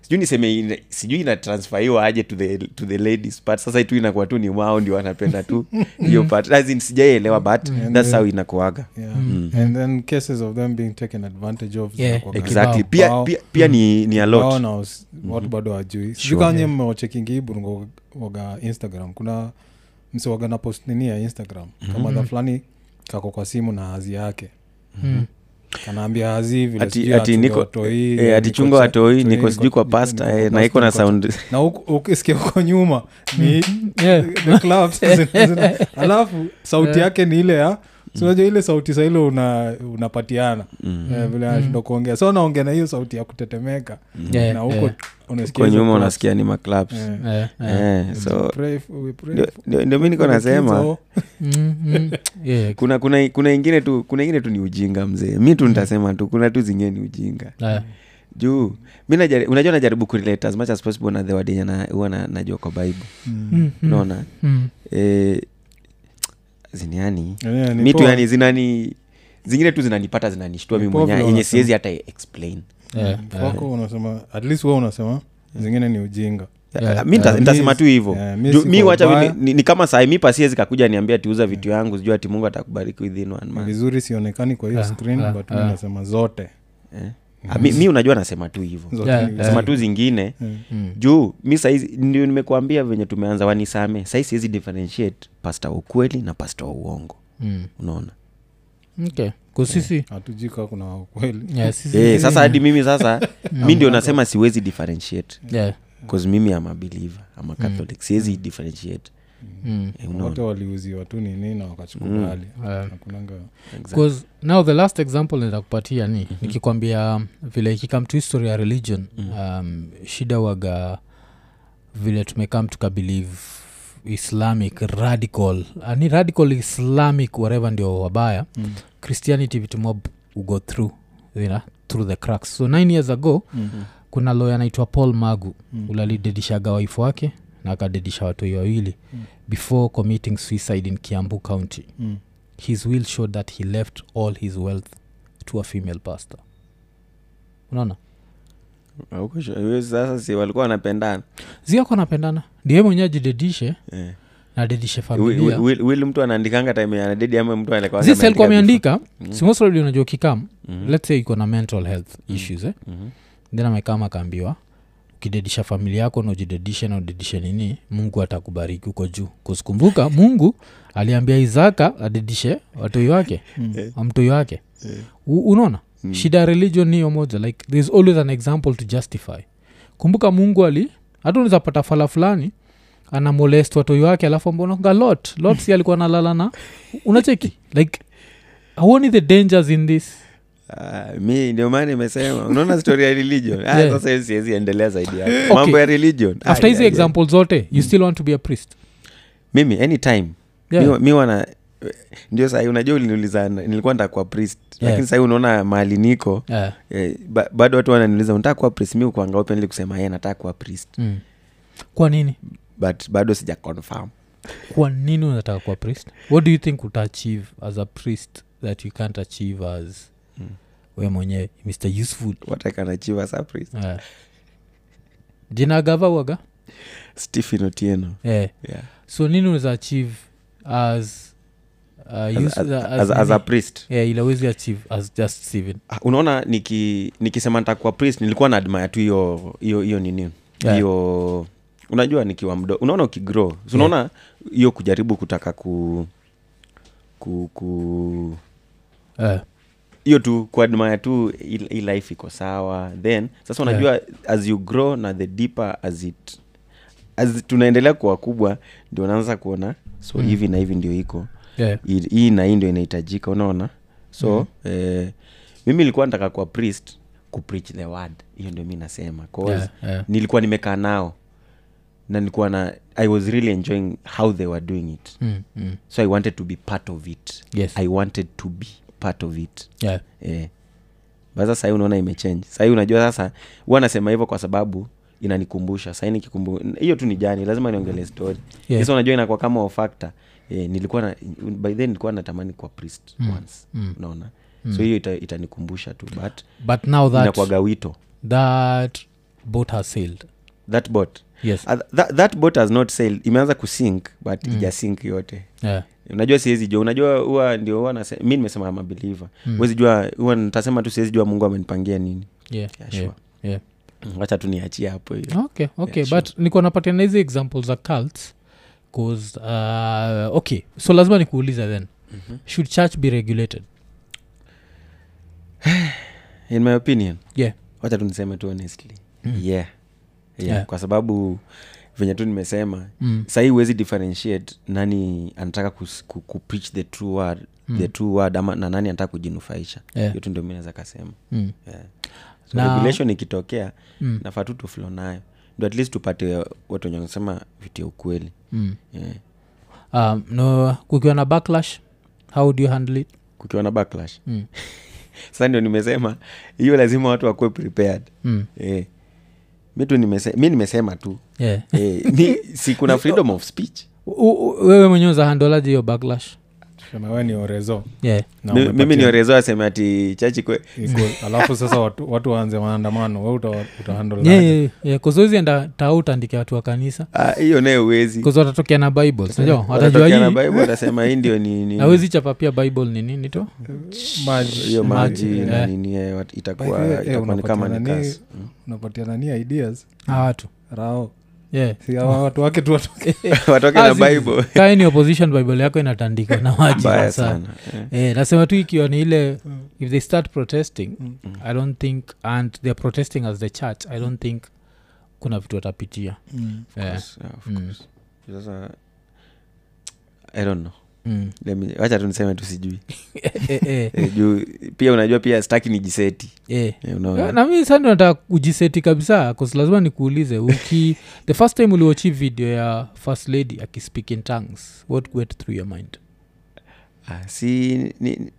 Speaker 3: sijui niseme ina- sijui inatransfaiwa aje to the, to the ladies but sasa tu inakuwa tu ni wao ndio wanapenda tu hiyo part As in, sijaielewa but that's how inakuaga
Speaker 2: yeah.
Speaker 3: Mm.
Speaker 2: and then cases of them being taken advantage of
Speaker 1: Yeah,
Speaker 2: zinakuwa
Speaker 1: Kibao.
Speaker 3: exactly pia,
Speaker 2: Bao.
Speaker 3: pia, pia ni, ni a
Speaker 2: Wao
Speaker 3: lot Mm-hmm.
Speaker 2: na wasi- watu bado wajui sikanye mmewachekingi hii burungo waga instagram kuna mse waga na post nini ya instagram
Speaker 3: Mm-hmm.
Speaker 2: kama dha fulani kako kwa simu na hazi yake
Speaker 3: Mm-hmm.
Speaker 1: Mm.
Speaker 2: kanaambia hazi vile
Speaker 3: Ati-
Speaker 2: sijui
Speaker 3: ati
Speaker 2: achunga
Speaker 3: niko-
Speaker 2: watoi,
Speaker 3: eh,
Speaker 2: niko
Speaker 3: ati chunga
Speaker 2: cha-
Speaker 3: watoi,
Speaker 2: cha-
Speaker 3: niko
Speaker 2: niko-
Speaker 3: sijui kwa
Speaker 2: niko-
Speaker 3: pasta,
Speaker 2: niko
Speaker 3: eh,
Speaker 2: kwa
Speaker 3: na iko na
Speaker 2: pasta, niko-
Speaker 3: sound. Mm.
Speaker 2: na huku- ukisikia huko nyuma ni
Speaker 1: Mm. Yeah.
Speaker 2: the clubs zina- zina- alafu sauti yake ni ile ya
Speaker 1: Mm.
Speaker 2: sinajua ile sauti saile una, unapatiana
Speaker 3: Mm,
Speaker 2: Eh, vile anashinda
Speaker 1: Mm.
Speaker 2: kuongea so naongea na hiyo sauti ya kutetemeka
Speaker 1: Yeah,
Speaker 2: na huko
Speaker 1: yeah.
Speaker 2: unasikia
Speaker 3: kwa
Speaker 2: hizo
Speaker 3: mm. nyuma
Speaker 2: claps.
Speaker 3: unasikia ni maclaps
Speaker 2: Eh,
Speaker 1: Eh, eh.
Speaker 3: eh,
Speaker 2: we
Speaker 3: so
Speaker 2: pray for- we pray
Speaker 3: ndio-
Speaker 2: for
Speaker 3: ndio ndio mi niko
Speaker 2: the
Speaker 3: nasema
Speaker 2: kids, oh.
Speaker 1: Mm, mm. Yeah.
Speaker 3: kuna kuna kuna ingine tu kuna ingine tu ni ujinga mzee mi tu nitasema tu kuna tu zingine ni ujinga
Speaker 1: Eh,
Speaker 3: juu mi najari- unajua najaribu kurelate as much as possible na the word yenye na- huwa na- najua kwa bible
Speaker 1: mm, mm,
Speaker 2: Mm-hmm.
Speaker 3: unaona
Speaker 1: mm.
Speaker 3: Eh, ziniani
Speaker 2: Yeah, ni
Speaker 3: mi tu
Speaker 2: poa.
Speaker 3: yani zinani zingine tu zinanipata zinanishtua mi
Speaker 2: Ni poa
Speaker 3: mwenyewe
Speaker 2: vile
Speaker 3: yenye
Speaker 2: unasema.
Speaker 3: siwezi hata explain
Speaker 1: Eh, eh.
Speaker 2: Kwako unasema at least we unasema zingine ni ujinga
Speaker 1: Yeah.
Speaker 3: Eh, mi nita-
Speaker 2: Yeah,
Speaker 3: nitasema
Speaker 2: mi-
Speaker 3: tu hivo
Speaker 2: yeah, mi
Speaker 3: Juu
Speaker 2: siko
Speaker 3: mi wacha
Speaker 2: mbaya.
Speaker 3: vi- ni, ni kama sahi mi pasiezi kakuja niambia tiuza vitu yangu sijua ati mungu atakubariki within one month
Speaker 2: vizuri sionekani kwa hiyo
Speaker 1: Ah,
Speaker 2: screen
Speaker 1: ah,
Speaker 2: but
Speaker 1: ah.
Speaker 2: mi nasema zote
Speaker 3: eh? Ah, mi, mi unajua nasema tu hivo
Speaker 2: zote
Speaker 1: Yeah, eh.
Speaker 2: ni
Speaker 1: yeah.
Speaker 3: sema
Speaker 2: ujinga.
Speaker 3: tu zingine
Speaker 2: Mm.
Speaker 1: Hmm,
Speaker 3: juu mi saizi ndio nimekuambia venye tumeanza wanisame sahii siwezi differentiate pasta wa ukweli na pasta wa uongo
Speaker 1: Mm.
Speaker 3: unaona
Speaker 1: Okay. Kwa sisi
Speaker 2: hatujui kaa kuna ukweli
Speaker 1: yeah, sisi-
Speaker 3: eh, sasa hadi mimi sasa mi ndio nasema siwezi differentiate
Speaker 1: Yeah.
Speaker 3: bcause mimi am a believer am a catholic siwezi differentiate
Speaker 1: Mm.
Speaker 3: eh, unaona
Speaker 2: wote waliuziwa tu nini na
Speaker 3: Mm.
Speaker 2: wakachukua hali
Speaker 1: Eh.
Speaker 2: Hakunanga-
Speaker 3: exactly.
Speaker 1: Because now the last example nitakupatia ni
Speaker 3: Mm-hmm.
Speaker 1: nikikwambia um, vile ikikam to history ya religion
Speaker 3: Mm.
Speaker 1: um, shida waga vile tumekam tukabelieve islamic radical uh, ni radical islamic whatever ndio wabaya mm. christianity vitumob ugo through you know, through the cracks so nine years ago
Speaker 2: Mhm.
Speaker 1: kuna loya anaitwa paul magu mm. ulalidedishaga waifu wake na akadedisha watoi wawili mm. before committing suicide in kiambu county
Speaker 2: Mm.
Speaker 1: his will showed that he left all his wealth to a female pastor unaona
Speaker 3: Ah, huko sho- huyo sasa si walikuwa wanapendana
Speaker 1: ziako anapendana ndiye mwenyewe ajidedishe
Speaker 3: Eh.
Speaker 1: nadedishe
Speaker 3: Wi-
Speaker 1: familia
Speaker 3: wi- will mtu anaandikanga time ya anadedi ama mtu anakuwa
Speaker 1: zis alikuwa
Speaker 3: ameandika
Speaker 1: ameandika simosradi unajua kikam let's say iko na mental health issues eh?
Speaker 3: before? Mhm.
Speaker 1: then amekama akaambiwa ukidedisha familia yako na ujidedishe na udedishe nini mungu atakubariki huko juu kusikumbuka mungu aliambia isaka adedishe watoi wake amtoi wake U- unaona
Speaker 3: Hmm.
Speaker 1: shida ya religion ni hiyo moja like thereis always an example to justify kumbuka mungu ali hata unaweza pata fala fulani ana molest watoi wake alafu ambonanga lot lot si alikuwa analala na unacheki like hauoni the dangers in this
Speaker 3: Ah, mi ndio maana imesema unaona story ya religion ah,
Speaker 1: Yeah.
Speaker 3: sasa hiyo siwezi endelea zaidi yako
Speaker 1: Okay.
Speaker 3: mambo ya religion Ah,
Speaker 1: after hizi
Speaker 3: yeah, Hmm. yeah.
Speaker 1: example zote you still want to be a priest
Speaker 3: mimi anytime
Speaker 1: Yeah.
Speaker 3: mi, mi wana ndio sahii unajua uliniuliza nilikuwa ntakuwa priest
Speaker 1: Yeah.
Speaker 3: lakini sahii unaona mahali niko
Speaker 1: Eh,
Speaker 3: eh, ba, bado watu wananiuliza unataka kuwa priest mi ukuanga open ili kusema ye nataka kuwa priest
Speaker 1: mm. kwa nini
Speaker 3: but bado sija confirm
Speaker 1: kwa nini unataka kuwa priest what do you think utaachieve as a priest that you can't achieve as
Speaker 3: Hmm.
Speaker 1: we mwenyewe mr useful
Speaker 3: what I can achieve as a priest
Speaker 1: Eh. jina gava waga
Speaker 3: Stephen Otieno
Speaker 1: Eh,
Speaker 3: yeah.
Speaker 1: so nini unaweza achieve as uh,
Speaker 3: as,
Speaker 1: use-
Speaker 3: as,
Speaker 1: uh,
Speaker 3: as,
Speaker 1: as
Speaker 3: as a
Speaker 1: nini?
Speaker 3: priest
Speaker 1: Eh, ila wezi achieve as just steven
Speaker 3: Ah, unaona niki, nikisema ntakuwa priest nilikuwa na admire tu hiyo hiyo hiyo nini
Speaker 1: Yeah.
Speaker 3: hiyo unajua nikiwa mdo unaona ukigrow so unaona hiyo kujaribu kutaka ku ku ku
Speaker 1: eh,
Speaker 3: hiyo tu kuadmire tu hi- hii life iko sawa then sasa
Speaker 1: Yeah.
Speaker 3: unajua as you grow na the deeper as it as tunaendelea kuwa kubwa ndio unaanza kuona so
Speaker 1: Mm.
Speaker 3: hivi na hivi ndio iko
Speaker 1: eh,
Speaker 3: hii hii na hii ndio inahitajika unaona so
Speaker 1: Mhm.
Speaker 3: eh, mimi nilikuwa nataka kuwa priest kupreach the word hiyo ndio mi nasema cause
Speaker 1: Yeah, yeah.
Speaker 3: nilikuwa nimekaa nao na nilikuwa na i was really enjoying how they were doing it
Speaker 1: mm, mm,
Speaker 3: so i wanted to be part of it
Speaker 1: Yes.
Speaker 3: i wanted to be part of it
Speaker 1: yeah,
Speaker 3: eh. basa sahii unaona imechange sahii unajua sasa huwa nasema hivyo kwa sababu inanikumbusha sahii nikikumbu hiyo tu ni jani lazima niongelee story
Speaker 1: Yeah.
Speaker 3: sasa unajua inakuwa kama ofakta eh, nilikuwa na, by then nilikuwa natamani kuwa priest mm. once mm. unaona so hiyo ita, itanikumbusha tu but
Speaker 1: but now that,
Speaker 3: inakuwaga wito
Speaker 1: that boat has sailed
Speaker 3: that bot
Speaker 1: yes
Speaker 3: uh, that, that bot has not sailed imeanza kusink but mm. ijasink yote
Speaker 1: yeah.
Speaker 3: unajua siwezi jua unajua huwa ndio huwa nase- mi nimesema mabiliva mm. wezi jua huwa nitasema tu siwezi jua mungu amenipangia nini
Speaker 1: Yeah.
Speaker 3: Yeah,
Speaker 1: Yeah.
Speaker 3: sure.
Speaker 1: Yeah.
Speaker 3: Mm, wacha tu niachie hapo hiyo
Speaker 1: okay okay
Speaker 3: sure.
Speaker 1: but niko napatiana hizi example za cults cause uh, okay so lazima nikuuliza then mm-hmm. should church be regulated
Speaker 3: in my opinion
Speaker 1: yeah
Speaker 3: wacha tu niseme tu honestly mm. yeah. Yeah.
Speaker 1: Yeah.
Speaker 3: kwa sababu venye tu nimesema
Speaker 1: Mm.
Speaker 3: sahii huwezi differentiate nani anataka kus- ku, ku preach the true word, mm. the true word ama na nani anataka kujinufaisha
Speaker 1: Yeah.
Speaker 3: hiyo tu ndio mi naweza kasema
Speaker 1: mm.
Speaker 3: yeah. so
Speaker 1: Na-
Speaker 3: regulation ikitokea mm. nafaa tu tuflo nayo ndo at least tupate watu wenye wanasema vitu ya ukweli
Speaker 1: Mm.
Speaker 3: yeah.
Speaker 1: Um, no, kukiwa na backlash how do you handle it
Speaker 3: kukiwa na backlash
Speaker 1: Mm.
Speaker 3: sasa ndio nimesema hiyo lazima watu wakuwe prepared
Speaker 1: mm.
Speaker 3: eh. mi tu nimese, mi nimesema tu
Speaker 1: yeah.
Speaker 3: eh, ni, si kuna freedom of speech
Speaker 1: U- u- wewe mwenyewe uzahandolaji hiyo backlash
Speaker 2: Sema wewe ni orezo
Speaker 1: yeah.
Speaker 2: na
Speaker 3: Mi- mimi
Speaker 2: umepatia-
Speaker 3: ni orezo aseme ati chachi kwe
Speaker 2: Iko- alafu sasa watu, watu waanze maandamano we uta- utahandle
Speaker 1: yeah,
Speaker 2: aje?
Speaker 1: yeah, yeah. kozoezienda taa utaandike watu wa kanisa
Speaker 3: ah, hiyo naye uwezi
Speaker 1: kozi watatokea na bibles najua watajua
Speaker 3: Watatokea na
Speaker 1: hii
Speaker 3: bible watasema hii ndio ni ni-
Speaker 1: nawezi chapa pia bible ni nini to
Speaker 2: Maji.
Speaker 3: hiyo maji
Speaker 1: Maji,
Speaker 3: na
Speaker 1: eh.
Speaker 3: nini eh, wat-
Speaker 2: By the
Speaker 3: itakuwa
Speaker 2: way, eh,
Speaker 3: itakuwa ni kama
Speaker 2: unapatiana
Speaker 3: ni
Speaker 2: nini-
Speaker 3: kasi
Speaker 2: unapatiana ni ideas
Speaker 1: a watu
Speaker 2: rao
Speaker 1: yeah.
Speaker 2: si hawa watu wake tu watoke
Speaker 3: watoke
Speaker 1: Ah,
Speaker 3: na
Speaker 1: si-
Speaker 3: bible
Speaker 1: kaa ni opposition bible yako inatandikwa na maji
Speaker 3: mbaya
Speaker 1: hasa.
Speaker 3: sana eh.
Speaker 1: Eh, nasema tu ikiwa ni ile if they start protesting i don't think and theyare protesting as the church i don't think kuna vitu watapitia Eh,
Speaker 3: Yes, of
Speaker 1: mm,
Speaker 3: course. sasa i don't know
Speaker 1: mm.
Speaker 3: Let me- wacha tu niseme tu sijui
Speaker 1: Eh, eh, eh,
Speaker 3: Eh, juu pia unajua pia staki ni jiseti
Speaker 1: eh.
Speaker 3: Eh,
Speaker 1: Eh,
Speaker 3: unaona
Speaker 1: na mii sando nataka ujiseti kabisa cause lazima nikuulize uki the first time uliwachi video ya first lady akispeak in tongues what went through your mind
Speaker 3: Ah, si ni- ni-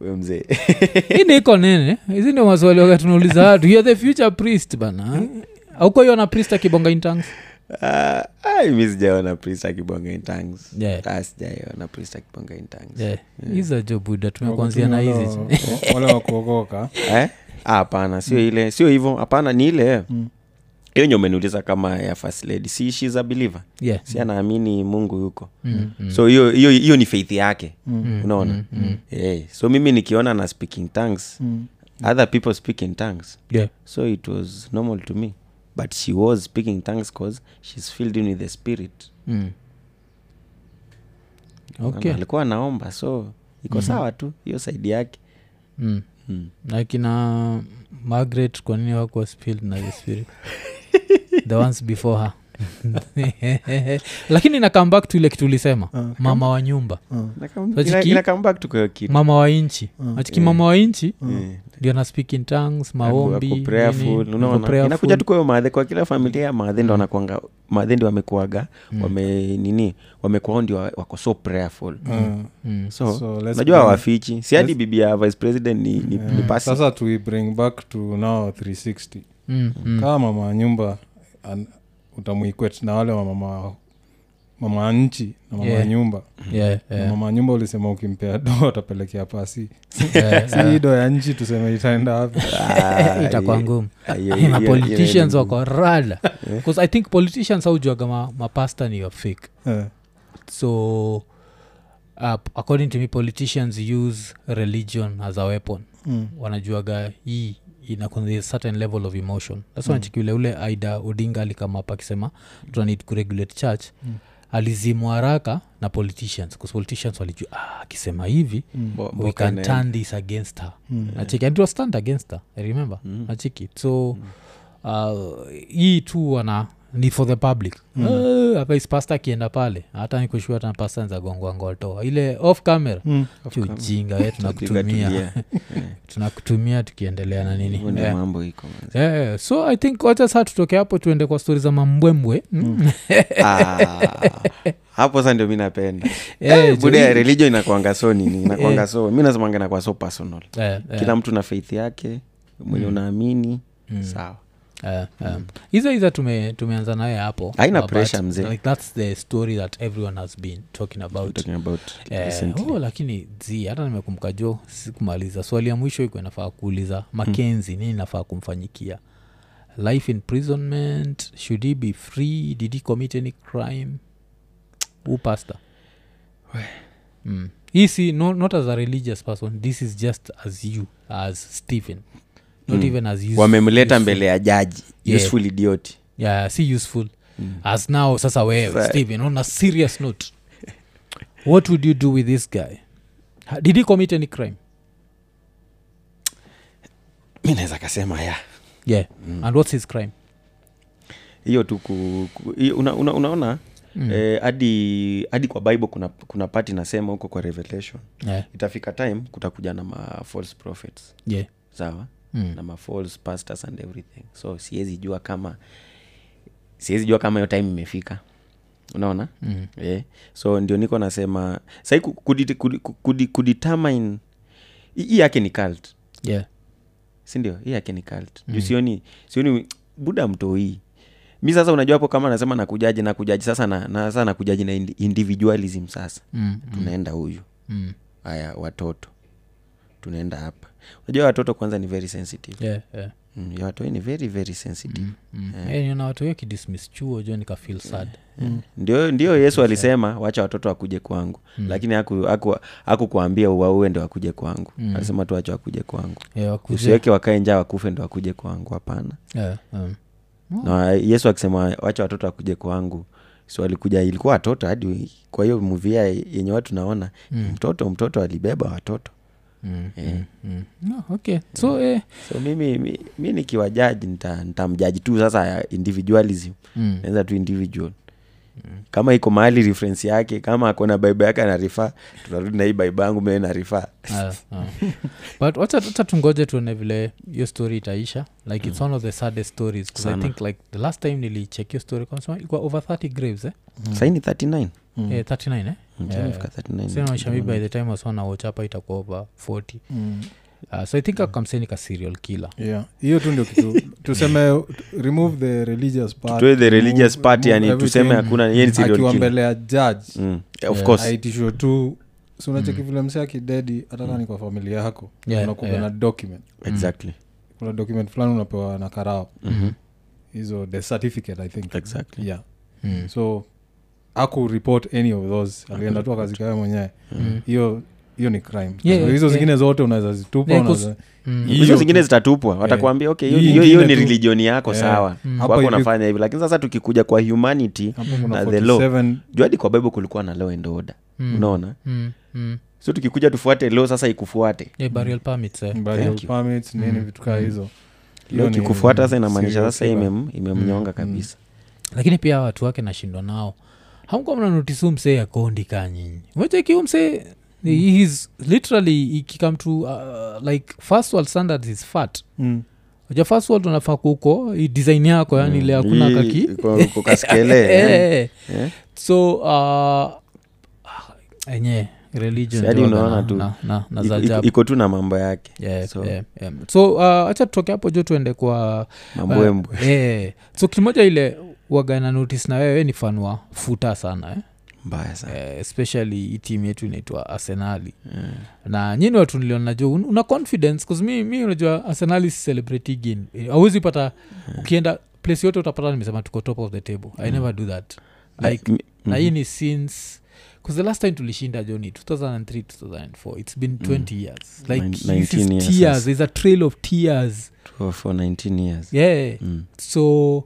Speaker 3: we mzee
Speaker 1: hii ni iko nene hizi ndio maswali waga tunauliza watu youare the future priest bana ah? auko iona priest akibonga in tongues
Speaker 3: Ah, ai, mi sijaona priest akibonga in tongues.
Speaker 1: Yeah.
Speaker 3: Ah, sijaiona priest akibonga in tongues.
Speaker 1: Yeah. hizo jo buda tumekuanzia na hizi
Speaker 2: wale wakuogoka
Speaker 3: Eh? Ah, hapana sio ile sio hivyo hapana ni ile
Speaker 1: Mm.
Speaker 3: hiyo nyo umeniuliza kama ya first lady si shes a believer
Speaker 1: Yeah.
Speaker 3: si anaamini mungu yuko
Speaker 1: Mm, mm.
Speaker 3: so hiyo hiyo hiyo ni faith yake
Speaker 1: Mm, Mm.
Speaker 3: unaona Eh, so mimi nikiona na speaking tongues other people speak in tongues
Speaker 1: Yeah.
Speaker 3: so it was normal to me but she was speaking tongues cause she's filled in with the spirit
Speaker 1: Mm.
Speaker 3: Unaona,
Speaker 1: okay Mm-hmm.
Speaker 3: alikuwa anaomba so iko sawa tu hiyo saidi yake
Speaker 1: Mm.
Speaker 3: Mm.
Speaker 1: na kina margaret kwa nini hawakuwa spilled na the spirit the ones before her lakini na come back to ile kitu ulisema mama wa nyumba But ki-
Speaker 3: inakambakutukayokitu
Speaker 1: mama wa inchi achiki mama wa inchi
Speaker 3: Ah. eh,
Speaker 1: ndio ana speak in tongues maombi nini, ako prayerful. Mm.
Speaker 3: inakuja tukayo madhe kwa kila familia madhe ndo anakuanga madhe ndio wamekuaga wame nini wamekuao ndio wa- wako so prayerful
Speaker 2: Mm.
Speaker 1: Mm.
Speaker 3: so
Speaker 2: So, let's
Speaker 3: najua
Speaker 2: bring-
Speaker 3: wafichi si hadi bibi ya vice president ni, ni, ni
Speaker 2: Eh,
Speaker 3: pasi
Speaker 2: sasa tui bring back to now 360
Speaker 1: Mm, mm.
Speaker 2: kama mama wa nyumba an- utamuiquet na wale wa mama mama wa nchi na mama wa
Speaker 1: Yeah.
Speaker 2: nyumba
Speaker 1: Yeah,
Speaker 2: Na
Speaker 1: yeah.
Speaker 2: mama wa nyumba ulisema ukimpea do atapelekea pasi
Speaker 1: Yeah, Eh,
Speaker 2: si hii do ya nchi tuseme itaenda wapi
Speaker 3: Ah,
Speaker 1: itakuwa
Speaker 3: hiyo-
Speaker 1: ngumu
Speaker 3: hiyo- hiyo-
Speaker 1: ma
Speaker 3: hiyo-
Speaker 1: politicians
Speaker 3: hiyo-
Speaker 1: wako rada
Speaker 3: Eh?
Speaker 1: bcause i think politicians haujuaga ma- mapasta ni your fake
Speaker 2: Eh,
Speaker 1: so uh, according to me politicians use religion as a weapon
Speaker 2: mm,
Speaker 1: wanajuaga hii ina kuna a certain level of emotion thats mm. wanachikiule ule aida odinga alikama hapa akisema tuna need kuregulate church mm. alizimwa haraka na politicians 'cause politicians walijua "Ah, akisema hivi
Speaker 3: Mbo-
Speaker 1: we
Speaker 3: mboka
Speaker 1: can
Speaker 3: na-
Speaker 1: turn this against her
Speaker 3: Hmm.
Speaker 1: nachiki and it was turned against her i remember nachiki so
Speaker 3: Hmm.
Speaker 1: uh, hii tu wana ni for the public
Speaker 3: Hmm.
Speaker 1: Eh, hapa is pasta akienda pale hata nikushua hata pasta nzagongwangoltoa ile off camera
Speaker 2: mm.
Speaker 1: chujinga we tunakutumia
Speaker 3: Hmm. Tulia. Eh,
Speaker 1: tunakutumia tukiendelea na nini
Speaker 3: Hivyo ndio
Speaker 1: Eh.
Speaker 3: mambo iko manze.
Speaker 1: Eh, so i think wacha saa tutoke hapo tuende kwa stori za mambwembwe
Speaker 3: Hmm.
Speaker 1: Mm.
Speaker 3: Ah, hapo sa ndio mi napenda
Speaker 1: Eh,
Speaker 3: Eh,
Speaker 1: jo-
Speaker 3: buda ya religion inakwanga so nini inakwanga so mi nasemanga inakuwa so personal
Speaker 1: Eh, Mm. eh. Mm.
Speaker 3: kila mtu na faith yake mwenye unaamini sawa
Speaker 1: Eh, eh. hizo hizo tume, tumeanza nayo hapo
Speaker 3: Mm. Haina
Speaker 1: Uh, but,
Speaker 3: pressure, mzee.
Speaker 1: like, that's the story that everyone has been talking about
Speaker 3: talking about
Speaker 1: Eh,
Speaker 3: recently.
Speaker 1: oh, lakini z hata nimekumbuka jo sikumaliza swali ya mwisho iko inafaa kuuliza
Speaker 3: Hmm.
Speaker 1: makenzi nini nafaa kumfanyikia life imprisonment should he be free did he commit any crime u pastor mm. hii si no, not as a religious person this is just as you as stephen not
Speaker 3: Hmm.
Speaker 1: even as Yusuf-
Speaker 3: wamemleta
Speaker 1: Yusuf.
Speaker 3: mbele ya jaji
Speaker 1: Yeah.
Speaker 3: useful idiot
Speaker 1: yeah, si useful as now sasa wewe
Speaker 3: Sa-
Speaker 1: stephen on a serious note what would you do with this guy Ha- did he commit any crime
Speaker 3: mi naweza kasema ya
Speaker 1: yeah mm. and what's his crime
Speaker 3: hiyo tu ku, ku, hiyo una, una, unaona mm. eh, hadi hadi kwa bible kuna, kuna pati nasema huko kwa revelation
Speaker 1: yeah
Speaker 3: itafika time kutakuja na ma false prophets
Speaker 1: yeah
Speaker 3: sawa
Speaker 1: Mm.
Speaker 3: na ma false pastors and everything so siwezi jua kama siwezi jua kama hiyo time imefika unaona mm. yeah. so ndio niko nasema sahii kudetermine hii hii yake ni cult
Speaker 1: yeah
Speaker 3: sindio hii yake ni cult mm. sioni sioni buda mtoii mi sasa unajua hapo kama nasema nakujaji nakujaji sasa na, na, sasa nakujaji na indi- individualism sasa
Speaker 1: mm.
Speaker 3: tunaenda huyu
Speaker 1: Mm.
Speaker 3: haya watoto tunaenda hapa unajua watoto kwanza ni very sensitive
Speaker 1: yeah yeah
Speaker 3: mm, ya watoto ni very very sensitive
Speaker 1: mm. yeah. niona watu weki dismiss chuo jo nika feel sad
Speaker 3: mm. ndio, ndio yesu alisema wacha watoto wakuje kwangu mm. lakini haku- haku- hakukuambia aku uwaue ndo wakuje kwangu mm. alisema tu wacha wakuje kwangu
Speaker 1: yeah, wakuje
Speaker 3: usiweke wakae njaa wakufe ndo wakuje kwangu hapana
Speaker 1: yeah, um,
Speaker 3: na yesu akisema wacha watoto wakuje kwangu so alikuja ilikuwa watoto hadi kwa hiyo muvia yenye watu naona mm. mtoto mtoto alibeba watoto
Speaker 1: mm,
Speaker 3: Eh.
Speaker 1: mm, mm. No, okay so eh,
Speaker 3: so mimi mi, mi nikiwa jaji nita- nitamjaji tu sasa ya individualism
Speaker 1: mm.
Speaker 3: naweza tu individual kama iko mahali reference yake kama akona baiba yake anarifaa tunarudi na hii baiba yangu mewe narifaa
Speaker 1: Ah, ah. but wacha wacha tungoje tuone vile hiyo story itaisha like it's one of the saddest stories 'cause i
Speaker 3: Sana.
Speaker 1: think like the last time nilicheck hiyo story kwamsema ilikuwa over 30 graves eh?
Speaker 2: mm.
Speaker 3: saini 39
Speaker 1: Eh, 39 eh?
Speaker 3: Mm,
Speaker 1: Yeah.
Speaker 3: imefika 39.
Speaker 1: sinaonyesha mi by the time waswana wochapa itakuwa over 40 uh, so i think akamseni ka serial killer
Speaker 2: mm. yeah hiyo tu ndio kitu tuseme remove the religious part,
Speaker 3: Tutoe the religious
Speaker 2: remove-
Speaker 3: part
Speaker 2: remove
Speaker 3: yani tuseme
Speaker 2: everything.
Speaker 3: hakuna yeye ni serial
Speaker 2: akiwa
Speaker 3: killer.
Speaker 2: mbele ya judge
Speaker 3: Mm, of
Speaker 1: Yeah.
Speaker 3: course
Speaker 2: aitishwe tu si unacheki vile msee akidedi hata kama ni kwa familia yako
Speaker 1: Mm. Yeah,
Speaker 2: unakuga
Speaker 1: yeah.
Speaker 2: na document
Speaker 3: exactly
Speaker 2: kuna document fulani unapewa na karao
Speaker 3: Mhm.
Speaker 2: hizo the certificate i think
Speaker 3: exactly
Speaker 2: yeah
Speaker 1: mm.
Speaker 2: so aku report any of those alienda tu akazikawe mwenyewe
Speaker 1: Mm.
Speaker 2: hiyo hiyo ni crime
Speaker 1: Yeah,
Speaker 2: hizo
Speaker 1: yeah.
Speaker 2: zingine zote unaweza zitupa
Speaker 1: Yeah,
Speaker 2: unaweza-
Speaker 1: Mm.
Speaker 2: Hiyo
Speaker 3: hizo
Speaker 2: tu.
Speaker 3: zingine zitatupwa watakuambia okay hiyo-
Speaker 2: Hii
Speaker 3: hiyo hiyo ni
Speaker 2: ingine tu.
Speaker 3: religioni yako
Speaker 2: Eh.
Speaker 3: sawa
Speaker 1: Mm.
Speaker 3: kwako
Speaker 2: Hapa hivi-
Speaker 3: unafanya hivi lakini sasa tukikuja kwa humanity
Speaker 2: hapo kuna
Speaker 3: na the law
Speaker 2: 47
Speaker 3: juu hadi kwa bible kulikuwa na law and order
Speaker 1: Mm.
Speaker 3: unaona
Speaker 1: Mm. Mm.
Speaker 3: so tukikuja tufuate law sasa ikufuate
Speaker 1: Yeah, burial permits, eh.
Speaker 2: burial
Speaker 3: Thank you. Mm.
Speaker 2: permits, nini vitu kaa hizo
Speaker 3: law
Speaker 2: Hiyo ni-
Speaker 3: ikikufuata sasa inamaanisha
Speaker 2: serial
Speaker 3: sasa
Speaker 2: killer.
Speaker 3: imem- imemnyonga
Speaker 1: Mm,
Speaker 3: kabisa
Speaker 1: lakini pia watu wake nashindwa nao hamkuwa mnanotisiu msee akondika nyinyi umechekiu msee
Speaker 3: Mm.
Speaker 1: his literally ikikam to uh, like first world standards is fat
Speaker 2: Mm.
Speaker 1: ja first world unafaa kuko i- design yako
Speaker 3: Mm.
Speaker 1: yani ile hakuna kaki
Speaker 3: kukaskele
Speaker 1: Eh. so uh, enye religion
Speaker 3: Siadi
Speaker 1: joga
Speaker 3: Yaani unaona
Speaker 1: na-
Speaker 3: tu.
Speaker 1: na- na- na za ajabu.
Speaker 3: iko tu na mambo yake
Speaker 1: Yeah,
Speaker 3: so
Speaker 1: yeah, yeah. so uh, acha tutoke hapo jo tuende kwa
Speaker 3: mambwembwe
Speaker 1: Uh, yeah. so kimoja ile wagana notice na wewe ni fanwa futa sana eh?
Speaker 3: mbaya sana
Speaker 1: Eh, especially hii timu yetu inaitwa arsenali na nyini watu niliona jo un- una confidence 'cause mi, mi unajua arsenali celebrating awezi pata ukienda place yote utapata nimesema tuko top of the table i never do that like,
Speaker 3: Mm,
Speaker 1: na hii ni since 'cause the last time tulishinda joni 2003 2004 it's been 20 years like
Speaker 3: Nin-
Speaker 1: this
Speaker 3: 19 years
Speaker 1: is tears
Speaker 3: sasa.
Speaker 1: there's a trail of tears
Speaker 3: for- for 19 years
Speaker 1: yeah
Speaker 3: Mm.
Speaker 1: so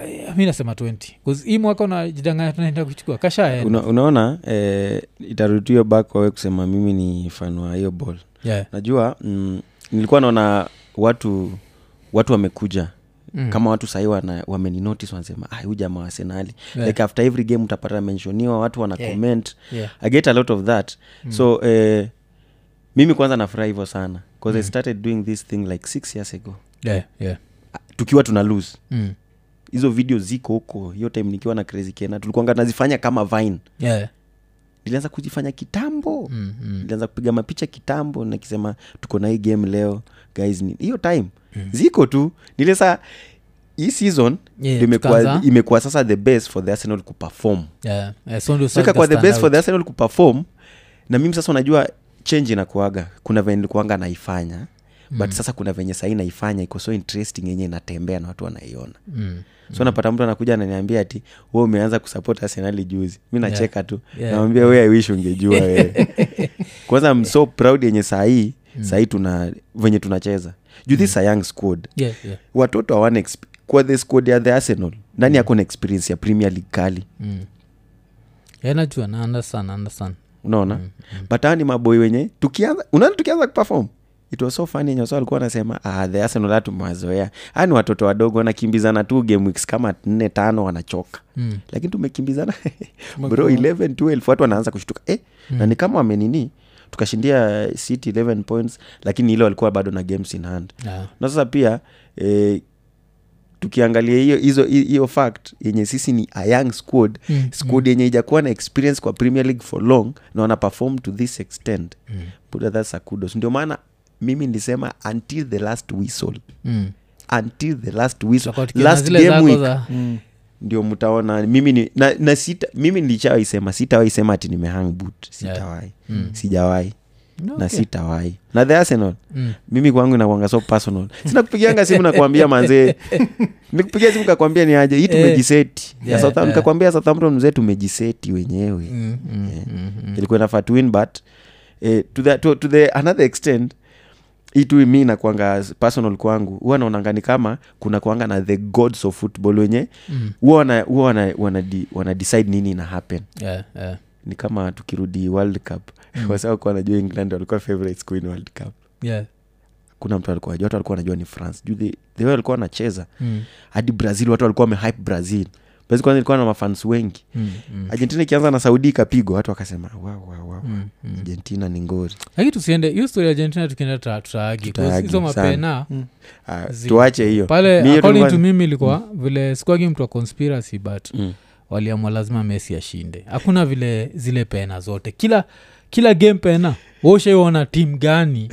Speaker 1: I- mi nasema 20 bcause hii mwaka unajidanganya tunaenda kuchukua kashaenda
Speaker 3: Una, unaona eh, itarutio bak wawe kusema mimi ni fan wa hiyo ball
Speaker 1: yeah.
Speaker 3: najua mm, nilikuwa naona watu watu wamekuja
Speaker 1: mm.
Speaker 3: kama watu sahii wana, wameninotice wanasema ah, huyu jamaa wa Arsenali."
Speaker 1: Yeah.
Speaker 3: like after every game utapata menshoniwa watu wana
Speaker 1: Yeah.
Speaker 3: comment
Speaker 1: yeah.
Speaker 3: i get a lot of that
Speaker 1: Mm.
Speaker 3: so eh, mimi kwanza nafurahi hivyo sana bcause i
Speaker 1: Mm.
Speaker 3: started doing this thing like six years ago
Speaker 1: yeah. yeah.
Speaker 3: Ah, tukiwa tuna lose
Speaker 1: mm.
Speaker 3: hizo video ziko huko hiyo time nikiwa na crazy kena tulikuanga nazifanya kama vine
Speaker 1: yeah.
Speaker 3: nilianza kuzifanya kitambo
Speaker 1: mm. mm.
Speaker 3: nilianza kupiga mapicha kitambo nakisema tuko na hii game leo guys ni hiyo time mm. ziko tu nile saa hii season
Speaker 1: Yeah,
Speaker 3: ndio imekuwa,
Speaker 1: tukaanza.
Speaker 3: imekuwa sasa the best for the arsenal kuperform
Speaker 1: yeah. yeah. so ndio
Speaker 3: sika
Speaker 1: sasa
Speaker 3: kwa the
Speaker 1: stand
Speaker 3: best for
Speaker 1: out.
Speaker 3: the arsenal kuperform na mimi sasa unajua change inakuaga kuna venye nilikuanga naifanya
Speaker 1: Mm.
Speaker 3: but sasa kuna venye sahii naifanya iko so interesting yenye inatembea na watu wanaiona
Speaker 1: Mm.
Speaker 3: so napata mtu anakuja ananiambia ati we umeanza kusupport arsenali juzi mi nacheka tu
Speaker 1: Yeah.
Speaker 3: namwambia we i wish ungejua wewe kwanza m so proud yenye sahii
Speaker 1: Mm.
Speaker 3: sahii tuna venye tunacheza juu this a young squad
Speaker 1: Yeah, yeah.
Speaker 3: watoto hawana exp- kwa the squad ya the arsenal nani ako na experience ya premier league kali
Speaker 1: Yeah, najua na understand, understand.
Speaker 3: unaona mm, mm. but hawa ni maboi wenye tukianza unaona tukianza kuperform it was so funny yenye wasa walikuwa wanasema ah, the arsenal hatu mazoea haya ni watoto wadogo wanakimbizana tu game weeks kama nne tano wanachoka mm. lakini tumekimbizana bro 11 12 watu wanaanza kushtuka eh, mm. na ni kama wamenini tukashindia city 11 points lakini ile walikuwa bado na games in hand
Speaker 1: Yeah.
Speaker 3: na sasa pia eh, tukiangalia hiyo hizo hi- hiyo fact yenye sisi ni a young squad mm, squad yenye ijakuwa na experience kwa premier league for long na wana perform to this extent mm. buda that's a kudos ndio maana mimi nilisema until the last whistle
Speaker 1: Mm.
Speaker 3: until the last whistle
Speaker 1: Tutakuwa tukiona
Speaker 3: last
Speaker 1: zile
Speaker 3: game
Speaker 1: zako
Speaker 3: week
Speaker 1: za-
Speaker 3: ndio mtaona mimi ni, na, na sita, mimi nilichawaisema sitawaisema ati nimehang boot sitawai yeah. mm. sijawai
Speaker 1: No,
Speaker 3: na
Speaker 1: okay.
Speaker 3: sitawai na the arsenal
Speaker 1: Mm.
Speaker 3: mimi kwangu inakwanga so personal sina kupigianga simu nakwambia manzee nikupigia simu kakwambia ni aje hii tumejiseti
Speaker 1: Eh. Yeah,
Speaker 3: yeah,
Speaker 1: yeah.
Speaker 3: kakwambia southampton mzee tumejiseti wenyewe
Speaker 1: Mm, mm,
Speaker 3: Yeah.
Speaker 1: mm, mm.
Speaker 3: ilikuwa inafaa tuwin but eh, to, the, to, to the another extent itu mi nakwanga personal kwangu huwa naonanga ni kama kuna kwanga na the gods of football wenye
Speaker 1: Mm.
Speaker 3: huwa wana, huwa wana, wana, di- wana decide nini ina happen
Speaker 1: Yeah, yeah.
Speaker 3: ni kama tukirudi world cup
Speaker 1: Mm.
Speaker 3: wasakuwa najua england walikuwa favorites kuwin world cup
Speaker 1: Yeah.
Speaker 3: kuna mtu alikuwa ajua watu walikuwa wanajua ni france juu the, the way walikuwa wanacheza
Speaker 1: Mm.
Speaker 3: hadi brazil watu walikuwa wamehype brazil brazil kwanza ilikuwa na mafans wengi
Speaker 1: Mm, mm,
Speaker 3: argentina ikianza na saudi ikapigwa watu wakasema wow, wow, wow.
Speaker 1: mm, mm.
Speaker 3: argentina ni ngori
Speaker 1: lakini tusiende hiyo story ya argentina tukienda tuta- tutaagi 'cause
Speaker 3: Tutaagi
Speaker 1: hizo
Speaker 3: sana.
Speaker 1: mapena
Speaker 3: Ah,
Speaker 1: Zi-
Speaker 3: tuache hiyo Mi
Speaker 1: pale
Speaker 3: hiyo
Speaker 1: according to
Speaker 3: tulikuwa-
Speaker 1: mimi ilikuwa vile sikuagi mtu wa conspiracy but
Speaker 3: Mm.
Speaker 1: waliamua lazima messi ashinde hakuna vile zile pena zote kila kila game pena washaiona tim gani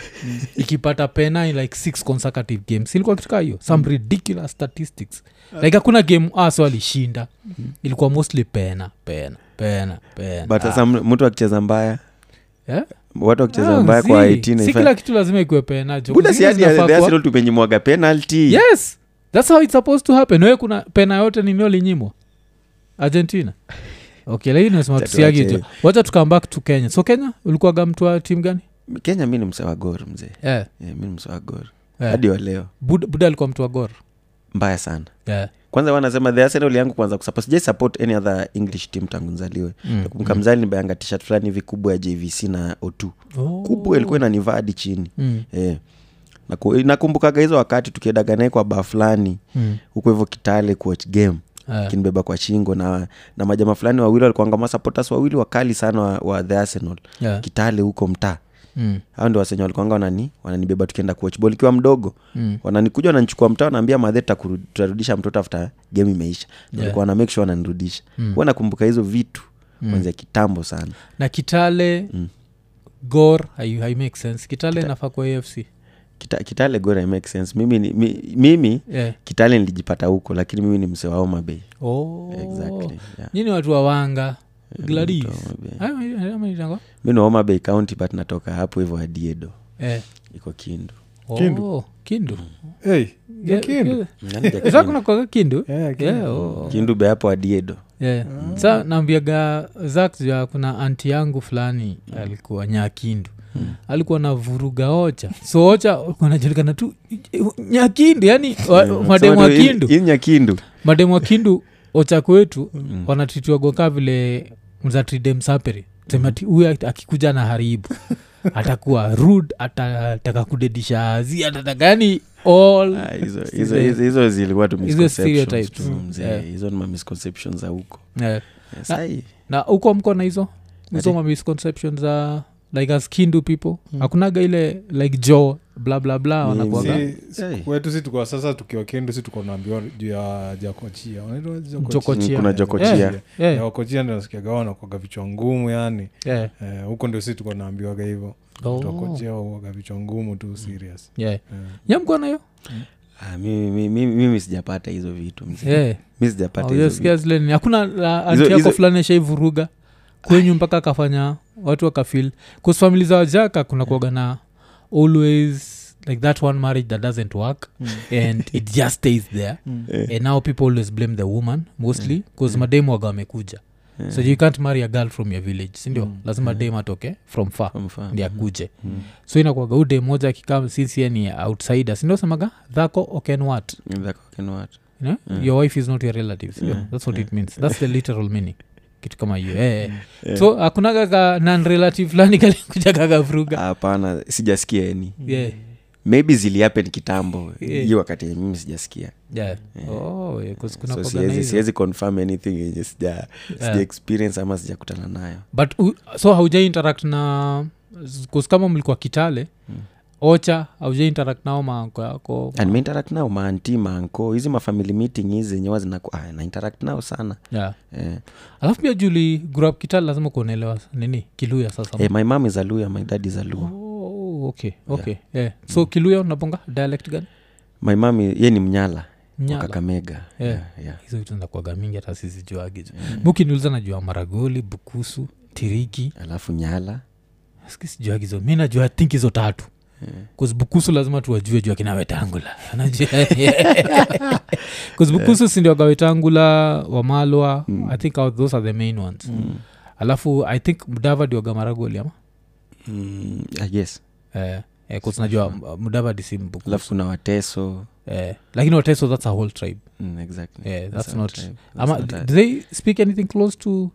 Speaker 1: ikipata pena in like six consecutive games ilikuwa kitu kaa hiyo some ridiculous statistics like hakuna game aso alishinda ilikuwa mostly pena pena pena pena
Speaker 3: but
Speaker 1: Ah,
Speaker 3: sasa m- mtu akicheza mbaya
Speaker 1: yeah?
Speaker 3: watu wakicheza
Speaker 1: Ah,
Speaker 3: mbaya kwa
Speaker 1: mzii.
Speaker 3: 18
Speaker 1: si
Speaker 3: ifa-
Speaker 1: kila kitu lazima ikuwe pena jo.
Speaker 3: buda si
Speaker 1: Zingine
Speaker 3: hadi ya
Speaker 1: zinafaa
Speaker 3: the
Speaker 1: kuwa-
Speaker 3: Arsenal tumenyimwaga penalty
Speaker 1: yes thats how its supposed to happen wewe kuna pena yote ninolinyimwa argentina okay lakini nasema
Speaker 3: Wacha
Speaker 1: tusiagi
Speaker 3: tuache
Speaker 1: tu wacha tukam back to kenya so kenya ulikuwaga mtu wa timu gani
Speaker 3: kenya mi ni msewa gor mzee
Speaker 1: yeah.
Speaker 3: yeah, mi ni msewa gor
Speaker 1: Yeah.
Speaker 3: hadi wa leo
Speaker 1: buda, buda alikuwa mtu wa gor
Speaker 3: mbaya sana
Speaker 1: yeah.
Speaker 3: kwanza wanasema the arsenal yangu kwanza kusupport sijai support any other english team tangu nzaliwe
Speaker 1: Mm.
Speaker 3: nakumbuka mzali nibayanga tshirt fulani hivi kubwa ya jvc na o2
Speaker 1: Oh.
Speaker 3: kubwa ilikuwa inanivaa hadi chini
Speaker 1: Mm,
Speaker 3: eh. Naku- nakumbukaga hizo wakati tukiedaga naye kwa baa fulani
Speaker 1: mm,
Speaker 3: huko hivyo kitale kuwatch game
Speaker 1: yeah.
Speaker 3: kinibeba kwa shingo na, na majamaa fulani wawili walikuanga masapotas wawili wakali sana wa, wa the arsenal
Speaker 1: Yeah.
Speaker 3: kitale huko mtaa
Speaker 1: Mm,
Speaker 3: hao ndio wasenye walikuanga wanani wananibeba tukienda kuwachbol ikiwa mdogo
Speaker 1: mm.
Speaker 3: wananikuja wananichukua mtaa wanaambia madhe tutakurud- tutarudisha mtoto after game imeisha yeah. walikuwa wana make sure wananirudisha mm. huwa nakumbuka hizo vitu mm. kwanzia kitambo sana
Speaker 1: na kitale mm. gor hai, hai make sense kitale nafaa kwa afc
Speaker 3: Kita, kitale gora make sense mimi, ni- mi, mimi
Speaker 1: yeah.
Speaker 3: kitale nilijipata huko lakini mimi ni msee wa Homa Bay.
Speaker 1: oh.
Speaker 3: exactly, yeah.
Speaker 1: nyini watu wa wanga gladis
Speaker 3: mtu wa Homa Bay.
Speaker 1: Hayo- hayo- hayo maitangwa?
Speaker 3: mi ni wa Homa Bay county but natoka hapo hivyo adiedo
Speaker 1: Eh.
Speaker 3: iko kindu
Speaker 1: Oh,
Speaker 2: Kindu.
Speaker 1: kindu
Speaker 2: hey,
Speaker 1: Yeah,
Speaker 2: Kindu.
Speaker 1: yeah.
Speaker 3: Nani ja
Speaker 1: Sasa
Speaker 3: Kindu?
Speaker 1: kuna kuwaga kindu
Speaker 2: yeah,
Speaker 1: Yeah,
Speaker 2: Kindu.
Speaker 1: oh.
Speaker 3: kindu be hapo adiedo
Speaker 1: Yeah. sa naambiaga zak ja kuna anti yangu fulani alikuwa nyakindu
Speaker 3: Mm.
Speaker 1: alikuwa na vuruga ocha so ocha wanajulikana tu nyakindu yani mademu wa
Speaker 3: Sema tu, hii-
Speaker 1: kindu
Speaker 3: hii ni ya kindu
Speaker 1: mademu wa kindu ocha kwetu wanatitiwagoka vile mzatridem saperi semati huyu aki- akikuja na haribu atakuwa rud atataka kudedisha zi atataka yani all
Speaker 3: Ah, hizo- hizo- hizo- hizo zilikuwa tu
Speaker 1: Hizo
Speaker 3: misconceptions
Speaker 1: stereotypes.
Speaker 3: tu, mzee.
Speaker 1: Yeah.
Speaker 3: hizo ni ma misconceptions za huko
Speaker 1: eh.
Speaker 3: Eh, sahi
Speaker 1: na huko mko na hizo hizo
Speaker 3: Ati?
Speaker 1: ma misconception za like as kindu people hakunaga ile like jo bla bla bla
Speaker 3: Hmm. Mimi.
Speaker 1: wanakuaga
Speaker 2: si, si-
Speaker 3: Hey.
Speaker 2: wetu si tuko sasa tukiwa kendu si tuko naambiwa juu ya jakochia wanaitwa jakochia?
Speaker 1: Jokochia.
Speaker 3: kuna jokochia
Speaker 1: Yeah. Yeah.
Speaker 2: Ya wakochia ndio nasikiaga wao wanakwaga vichwa ngumu yani
Speaker 1: Yeah.
Speaker 2: Eh, huko ndio si tuko naambiwaga hivo
Speaker 1: Oh.
Speaker 2: tuwakochia waga vichwa ngumu tu serious
Speaker 1: Yeah.
Speaker 2: Eh.
Speaker 1: Nyamkuwa nayo
Speaker 3: Ah, mimi- mimi- mimi mimi sijapata hizo vitu mzee.
Speaker 1: Yeah. Oh,
Speaker 3: mi sijapata hizo
Speaker 1: Haujasikia
Speaker 3: vitu.
Speaker 1: zile nini. hakuna la- anti
Speaker 3: Hizo-
Speaker 1: yako
Speaker 3: hizo-
Speaker 1: fulani ashaivuruga kwenyu mpaka akafanya watu wakafil kusfamili za wajaka kuna kuaga na always like that one marriage that doesn't work
Speaker 3: Hmm.
Speaker 1: and it just stays there
Speaker 3: Eh,
Speaker 1: and now people always blame the woman mostly
Speaker 3: Hmm.
Speaker 1: bcause mademu waga wamekuja
Speaker 3: eh.
Speaker 1: so you can't marry a girl from your village sindio
Speaker 3: Mm.
Speaker 1: lazima dem atoke from far
Speaker 3: Kwa mfano.
Speaker 1: ndi akuje
Speaker 3: Mm.
Speaker 1: so inakuaga ude moja akikaa sisi ni outsider sindio semaga dhako okenwat
Speaker 3: Mzako kinwata.
Speaker 1: you know?
Speaker 3: Mm.
Speaker 1: your wife is not your relative sio? that's what it means that's the literal meaning kitu kama hiyo eh. so akunagaga nanrelative fulani kalikujagaga vuruga
Speaker 3: hapana sijasikia yani
Speaker 1: yeah.
Speaker 3: maybe ziliapen kitambo
Speaker 1: Yeah.
Speaker 3: hiyo wakati yenye mimi sijasikia Eh.
Speaker 1: yeah. Eh. oh, yeah, 'cause kuna
Speaker 3: so
Speaker 1: kuwaga na
Speaker 3: siwezi
Speaker 1: hizo.
Speaker 3: siwezi confirm anything yenye sija sija experience ama sijakutana nayo
Speaker 1: but u, so haujai interact na kus kama mlikuwa kitale ocha haujai interact nao maanko yako
Speaker 3: Mm. and interact nao maanti maanko hizi mafamily meeting hizi zenye huwa zinaku- ah, na interact nao sana
Speaker 1: yeah.
Speaker 3: eh.
Speaker 1: alafu pia juli grup kitale lazima kuonelewa nini kiluya sasa
Speaker 3: Eh, my mam is aluya my dad is aluo
Speaker 1: oh, okay okay yeah. so kiluya unaponga dialect gani
Speaker 3: my mam i- ye ni mnyala wa
Speaker 1: Mnyala.
Speaker 3: kakamega
Speaker 1: Eh.
Speaker 3: yeah, yeah.
Speaker 1: hizo vitu nakwaga mingi hata sizijuagi mukiniuliza najua maragoli bukusu tiriki
Speaker 3: alafu nyala
Speaker 1: ski sijuagi zo mi najua think hizo tatu Cause bukusu lazima tuwajue jua kina wetangula Anajua. Cause bukusu sindioga wetangula wamalwa i think hao- those are the main ones alafu i think mdavadi waga maragoli ama
Speaker 3: mm, ah, yes
Speaker 1: eh, eh, 'cause najua m- mudavadi si mbukusu
Speaker 3: alafu kuna wateso
Speaker 1: eh, lakini wateso that's a whole tribe
Speaker 3: mm, exactly.
Speaker 1: Yeah, Eh, that's
Speaker 3: our
Speaker 1: not-
Speaker 3: tribe. That's
Speaker 1: ama
Speaker 3: not our-
Speaker 1: do they speak anything close to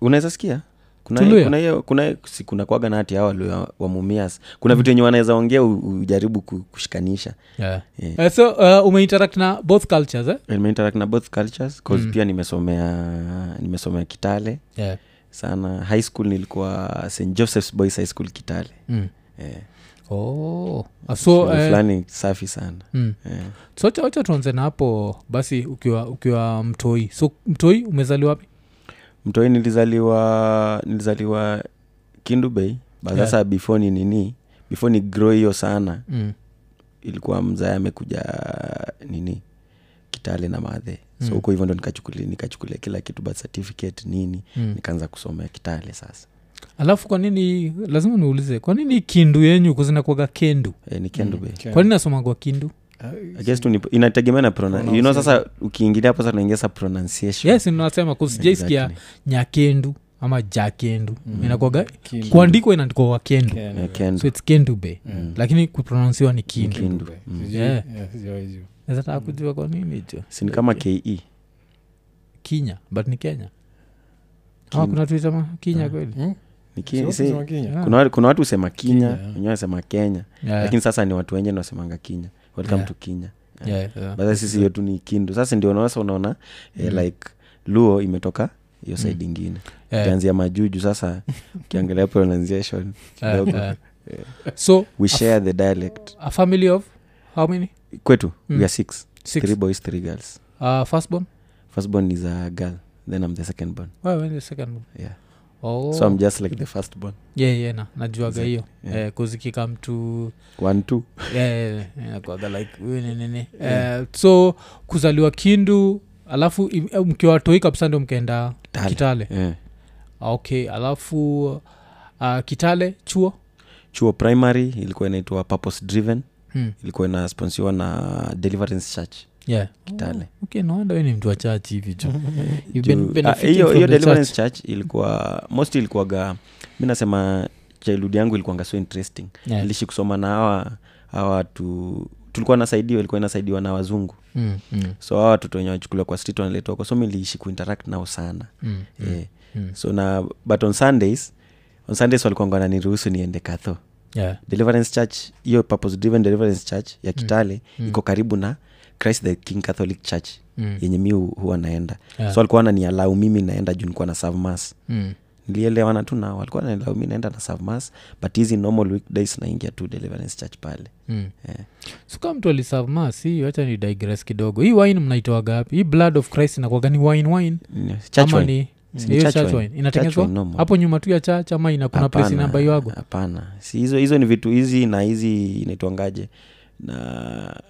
Speaker 3: unaweza sikia kuna
Speaker 1: Tuluya?
Speaker 3: kuna hiyo- kuna si kuna kwaga na hati hao walio- wa mumias kuna vitu yenye wanaweza ongea u- ujaribu ku- kushikanisha
Speaker 1: yeah.
Speaker 3: Yeah.
Speaker 1: Eh, so uh, umeinteract na both cultures eh?
Speaker 3: nimeinteract na both cultures cause
Speaker 1: Mm.
Speaker 3: pia nimesomea nimesomea kitale
Speaker 1: yeah.
Speaker 3: sana high school nilikuwa st josephs boys high school kitale
Speaker 1: mm.
Speaker 3: eh,
Speaker 1: oh. Ah,
Speaker 3: so,
Speaker 1: so eh,
Speaker 3: fulani safi sana
Speaker 1: mm.
Speaker 3: eh.
Speaker 1: so wacha- wacha tuanze na hapo basi ukiwa ukiwa mtoi so mtoi umezaliwa wapi
Speaker 3: mtoi nilizaliwa nilizaliwa kindu bay but
Speaker 1: Yeah.
Speaker 3: sasa before ni nini before ni grow hiyo sana
Speaker 1: mm.
Speaker 3: ilikuwa mzae amekuja nini kitale na madhe
Speaker 1: Mm.
Speaker 3: so huko hivyo ndo nikachukulia nikachukulia kila kitu birth certificate nini
Speaker 1: Mm.
Speaker 3: nikaanza kusomea kitale sasa
Speaker 1: alafu kwa nini lazima niulize kwa nini kindu yenyu kuzinakwaga kendu
Speaker 3: e, ni kendu bay
Speaker 2: Okay.
Speaker 1: kwa nini nasomagwa kindu
Speaker 2: Ah,
Speaker 3: I guess tu ni- inategemea na pronoun- you know
Speaker 2: Pronunciation.
Speaker 3: sasa ukiingilia hapo sasa tunaingia sa pronunciation
Speaker 1: yes nasema kusijaisikia
Speaker 3: Exactly.
Speaker 1: nyakendu ama jakendu mm. inakwaga
Speaker 2: Kindu.
Speaker 1: kuandikwa inaandikwa wa kendu
Speaker 2: Yeah,
Speaker 3: Eh,
Speaker 2: yeah,
Speaker 3: kendu.
Speaker 1: so its kendu be
Speaker 3: Mm.
Speaker 1: lakini kuprononsiwa ni kindu
Speaker 3: Kindu.
Speaker 2: yeah.
Speaker 3: Mm.
Speaker 2: Sijui-
Speaker 1: Yeah.
Speaker 2: yeah, sijawahi juu.
Speaker 1: nazataka kujua kwa nini jo
Speaker 3: si ni kama E. ke
Speaker 1: kinya but ni kenya ama
Speaker 3: Kinya.
Speaker 1: kuna tuitama
Speaker 3: Ah.
Speaker 1: kinya kweli
Speaker 2: Hmm?
Speaker 3: Ni ki-
Speaker 2: Sio
Speaker 3: si-
Speaker 2: kusema Kenya?
Speaker 1: Yeah.
Speaker 3: kuna, wa- kuna watu husema kinya
Speaker 2: Kinya, yeah.
Speaker 3: wenyewe wasema kenya
Speaker 1: Yeah,
Speaker 3: lakini sasa ni watu wenyewe ndo wasemanga kinya welcome
Speaker 1: Eh. Yeah.
Speaker 3: to kinya
Speaker 1: yeah, yeah.
Speaker 3: basa sisi yetu ni kindu sasa ndio naasa unaona eh, like luo imetoka hiyo
Speaker 1: Mm-hmm. Mm.
Speaker 3: side ingine
Speaker 1: Yeah,
Speaker 3: ukianzia majuju sasa ukiangalia pronunciation
Speaker 1: yeah,
Speaker 3: kidogo.
Speaker 1: yeah. so
Speaker 3: we share the dialect
Speaker 1: a family of how many
Speaker 3: kwetu
Speaker 1: Mm.
Speaker 3: mm. we are six.
Speaker 1: six
Speaker 3: three boys three girls
Speaker 1: uh, firstborn
Speaker 3: first born is a girl then i'm the second born
Speaker 1: Why when the second one?
Speaker 3: yeah
Speaker 1: oh.
Speaker 3: so i'm just like the first born
Speaker 1: yeah, yeah, na najuaga hiyo
Speaker 3: Yeah.
Speaker 1: Eh, 'cause ikikam to
Speaker 3: one two
Speaker 1: yeah, yeah, yeah, inakuwaga like "Uyu ni nini Eh, so kuzaliwa kindu alafu im- eh, mkiwa toi kabisa ndio mkaenda
Speaker 3: Tale.
Speaker 1: kitale
Speaker 3: yeah.
Speaker 1: Ah, okay alafu uh, kitale chuo
Speaker 3: chuo primary ilikuwa inaitwa purpose driven
Speaker 1: hmm.
Speaker 3: ilikuwa inasponsiwa na deliverance church
Speaker 1: yeah. Oh,
Speaker 3: kitale
Speaker 1: okay naenda we ni mtu wa chachi hivi jo You've
Speaker 3: Juu-
Speaker 1: been
Speaker 3: ah,
Speaker 1: benefiting
Speaker 3: hiyo
Speaker 1: from
Speaker 3: hiyo
Speaker 1: the
Speaker 3: deliverance
Speaker 1: church.
Speaker 3: church ilikuwa most ilikuwaga mi nasema childhood yangu ilikuwanga so interesting
Speaker 1: Yeah.
Speaker 3: ilishi kusoma na hawa hawa watu tulikuwa nasaidiwa ilikuwa inasaidiwa na wazungu
Speaker 1: Mm, mm,
Speaker 3: so hawa watoto wenye wachukuliwa kwa street wanaletwa kwa so mi iliishi kuinteract nao sana
Speaker 1: mm, mm,
Speaker 3: yeah.
Speaker 1: mm.
Speaker 3: so na but on sundays on sundays walikuwanga wananiruhusu niende katho
Speaker 1: Yeah.
Speaker 3: deliverance church hiyo purpose driven deliverance church
Speaker 1: Mm.
Speaker 3: ya kitale iko karibu na christ the king catholic church
Speaker 1: Mm.
Speaker 3: yenye mi hu- huwa naenda
Speaker 1: Yeah.
Speaker 3: so alikuwa ananialau mimi naenda juu nikuwa na serve mass
Speaker 1: Mm.
Speaker 3: nilielewana tu nao walikuwa naelewa mi naenda na serve mass but hizi normal weekdays naingia tu deliverance church pale
Speaker 1: mm.
Speaker 3: yeah.
Speaker 1: suka mtu alisamas hiyo hacha ni digress kidogo hii wine mnaitoaga wapi hii blood of christ inakuaga ni wine wine
Speaker 3: Yeah. Church
Speaker 1: ama
Speaker 3: wine.
Speaker 1: ni
Speaker 3: Mm.
Speaker 1: ni hiyo
Speaker 3: Church
Speaker 1: church
Speaker 3: wine.
Speaker 1: wine. inatengenezwa
Speaker 3: Church wine normal.
Speaker 1: hapo nyuma tu ya chach ama ina kuna place
Speaker 3: Hapana,
Speaker 1: inamba iwago
Speaker 3: hapana Si hizo hizo ni vitu hizi na hizi inaitwangaje na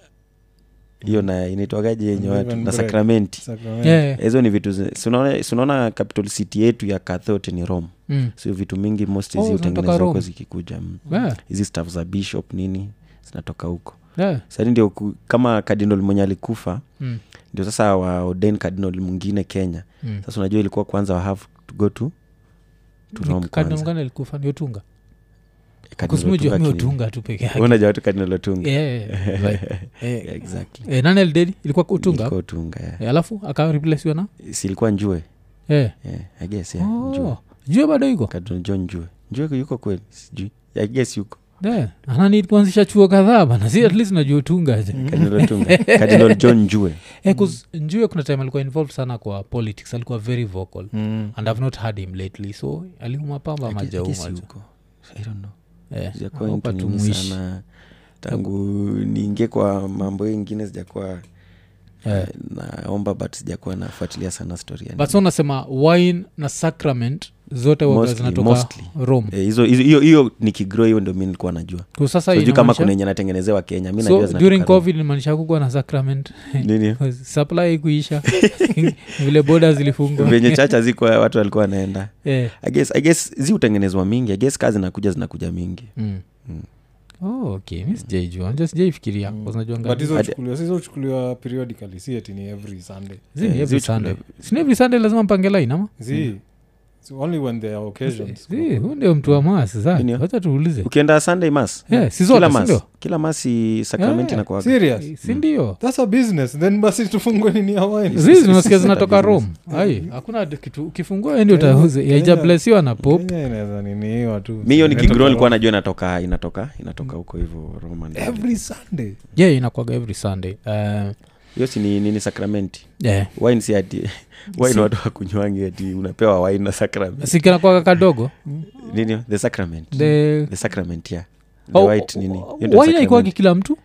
Speaker 3: hiyo na inaitwangaje yenye watu
Speaker 2: Unleavened
Speaker 3: na
Speaker 2: bread.
Speaker 3: sakramenti
Speaker 2: Sacrament.
Speaker 1: Yeah.
Speaker 3: hizo ni vitu zi- si unaona- si unaona capital city yetu ya kathote ni rome
Speaker 1: Mm.
Speaker 3: sio vitu mingi most
Speaker 1: Oh,
Speaker 3: hizi
Speaker 1: zinatoka
Speaker 3: hutengenezwa huko
Speaker 1: Rome.
Speaker 3: zikikuja mm.
Speaker 1: Yeah,
Speaker 3: hizi staff za bishop nini zinatoka huko
Speaker 1: yeah.
Speaker 3: sani ndio ku- kama kadinal mwenye alikufa
Speaker 1: Mm.
Speaker 3: ndio sasa waoden kadinal mwingine kenya
Speaker 1: Mm.
Speaker 3: sasa unajua ilikuwa kwanza wa have to go to to
Speaker 1: Ni
Speaker 3: Rome
Speaker 1: cardinal
Speaker 3: kwanza.
Speaker 1: gani alikufa ni otunga
Speaker 3: Cardinal
Speaker 1: kusimujua
Speaker 3: Otunga
Speaker 1: mi
Speaker 3: Kinyi.
Speaker 1: otunga tu peke yake
Speaker 3: unajua watu kadinal otunga
Speaker 1: Yeah, yeah, right. Eh,
Speaker 3: Yeah, exactly.
Speaker 1: eh, nani alidedi ilikuwa utunga
Speaker 3: Ilikuwa Otunga, yeah.
Speaker 1: Eh, alafu akareplasiwa na
Speaker 3: Si ilikuwa njue
Speaker 1: Eh.
Speaker 3: yeah, I guess, yeah, njue
Speaker 1: Oh, jue bado iko
Speaker 3: Cardinal john njue njue yuko kweli sijui I guess yuko
Speaker 1: Eh, anani kuanzisha chuo kadhaa bana
Speaker 3: Mm.
Speaker 1: si at least najua utunga je
Speaker 3: Cardinal Otunga. Cardinal john njue
Speaker 1: Eh, 'cause njue kuna time alikuwa involved sana kwa politics alikuwa very vocal
Speaker 2: Mm.
Speaker 1: and i've not heard him lately so aliuma pamba
Speaker 3: I guess- I guess
Speaker 1: majauma tu.
Speaker 3: yuko. I don't know.
Speaker 1: Eh,
Speaker 3: Sijakuwa
Speaker 1: hakuwa
Speaker 3: into
Speaker 1: tu
Speaker 3: nini
Speaker 1: mwishi.
Speaker 3: sana tangu niingie kwa mambo ingine sijakuwa
Speaker 1: Eh.
Speaker 3: naomba but sijakuwa nafuatilia sana storia
Speaker 1: but so unasema wine na sacrament zote waga
Speaker 3: Mostly,
Speaker 1: zinatoka
Speaker 3: mostly. Eh,
Speaker 1: rome
Speaker 3: hizo hizo- hiyo hiyo nikigro hiyo ndo mi nilikuwa najua
Speaker 1: Kwa sasa
Speaker 3: sijui kama
Speaker 1: inamaanisha-
Speaker 3: kuna enye natengenezewa kenya mi najua
Speaker 1: so
Speaker 3: zinatoka
Speaker 1: during
Speaker 3: Rome.
Speaker 1: covid ilimaanisha kukuwa na sacrament
Speaker 3: Nini?
Speaker 1: supply kuisha vile boda zilifungwa
Speaker 3: venye chacha zikuwa watu walikuwa wanaenda
Speaker 1: Eh,
Speaker 3: I guess, I guess zi hutengenezwa mingi I guess kazi zinakuja zinakuja mingi
Speaker 1: mm.
Speaker 3: Mm.
Speaker 1: Oh, okay mi sijaijua Unajua sijaifikiria kwa sababu najua
Speaker 2: Mm. But hizo
Speaker 3: Adi-
Speaker 2: huchukuliwa- hizo huchukuliwa periodically si ati ni every sunday
Speaker 1: Zi ni
Speaker 3: Eh,
Speaker 1: every
Speaker 3: zi-
Speaker 1: Sunday. Si ni every sunday lazima mpange line ama
Speaker 2: zi
Speaker 3: Mm.
Speaker 2: it's only when there are occasions
Speaker 1: Zi, huyu ndio mtu wa mas
Speaker 3: Nini?
Speaker 1: wacha tuulize
Speaker 3: ukienda sunday mas
Speaker 1: Eh, si
Speaker 3: kila
Speaker 1: zote, si
Speaker 3: mas
Speaker 1: ndio?
Speaker 3: kila mas i- sakramenti
Speaker 1: Eh,
Speaker 3: inakuwaga.
Speaker 2: serious
Speaker 1: si ndio
Speaker 2: that's a business then basi tufungwe nini ya wine
Speaker 1: zizi unasikia
Speaker 3: Business.
Speaker 1: zinatoka rome ai hakuna kitu ukifungua eh, endi
Speaker 2: Kenya-
Speaker 1: utauze
Speaker 2: Kenya-
Speaker 1: yaijablesiwa na pop
Speaker 2: Kenya inaweza nini hiyo tu
Speaker 3: mi hiyo ni
Speaker 2: Inatoka
Speaker 3: kigro nilikuwa
Speaker 2: Rome.
Speaker 3: najua inatoka inatoka
Speaker 1: Mm.
Speaker 3: inatoka huko hivyo roman
Speaker 2: every sunday
Speaker 1: ye yeah, inakwaga every sunday uh,
Speaker 3: hiyo si ni nini sakramenti
Speaker 1: yeah.
Speaker 3: wine si ati wine watu wakunywangi ati unapewa wine na sacrament
Speaker 1: sikinakwaga kadogo
Speaker 3: nini the sacrament
Speaker 1: the
Speaker 3: the sacrament yeah the
Speaker 1: Oh,
Speaker 3: white nini Hiyo ndio
Speaker 1: wine
Speaker 3: sacrament.
Speaker 1: haikuwagi kila mtu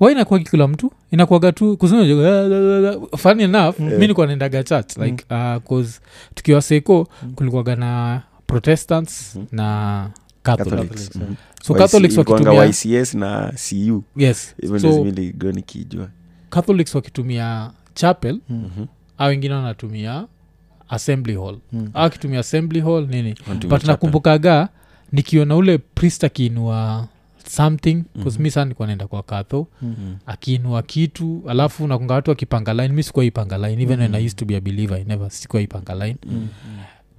Speaker 1: waina kuagi kila mtu inakwaga tu kuzfun enough
Speaker 3: Yeah.
Speaker 1: mi nikuwa naendaga
Speaker 3: Mm.
Speaker 1: church like uh, cause tukiwa seko kulikuwaga na protestants
Speaker 3: Mhm.
Speaker 1: na catholic
Speaker 3: Catholics.
Speaker 2: Mm.
Speaker 1: so
Speaker 3: YC
Speaker 1: catholics
Speaker 3: ilikuwanga
Speaker 1: wakitumia
Speaker 3: ycs na cu
Speaker 1: yes
Speaker 3: hivyo
Speaker 1: so
Speaker 3: ndozimiligo nikijua
Speaker 1: catholics wakitumia chapel
Speaker 3: Mhm.
Speaker 1: au wengine wanatumia assembly hall
Speaker 2: Mm.
Speaker 1: au akitumia assembly hall nini
Speaker 3: Wanatumia
Speaker 1: but
Speaker 3: chapel.
Speaker 1: nakumbukaga nikiona ule priest akiinua something
Speaker 3: Mhm.
Speaker 1: mm-hmm. mi sana nikuwa naenda kwa katho
Speaker 3: Mhm.
Speaker 1: akiinua kitu alafu nakunga watu akipanga line mi sikuwa ipanga line even when
Speaker 3: Hmm.
Speaker 1: i used to be a believer I never sikuwa ipanga line
Speaker 3: Mhm.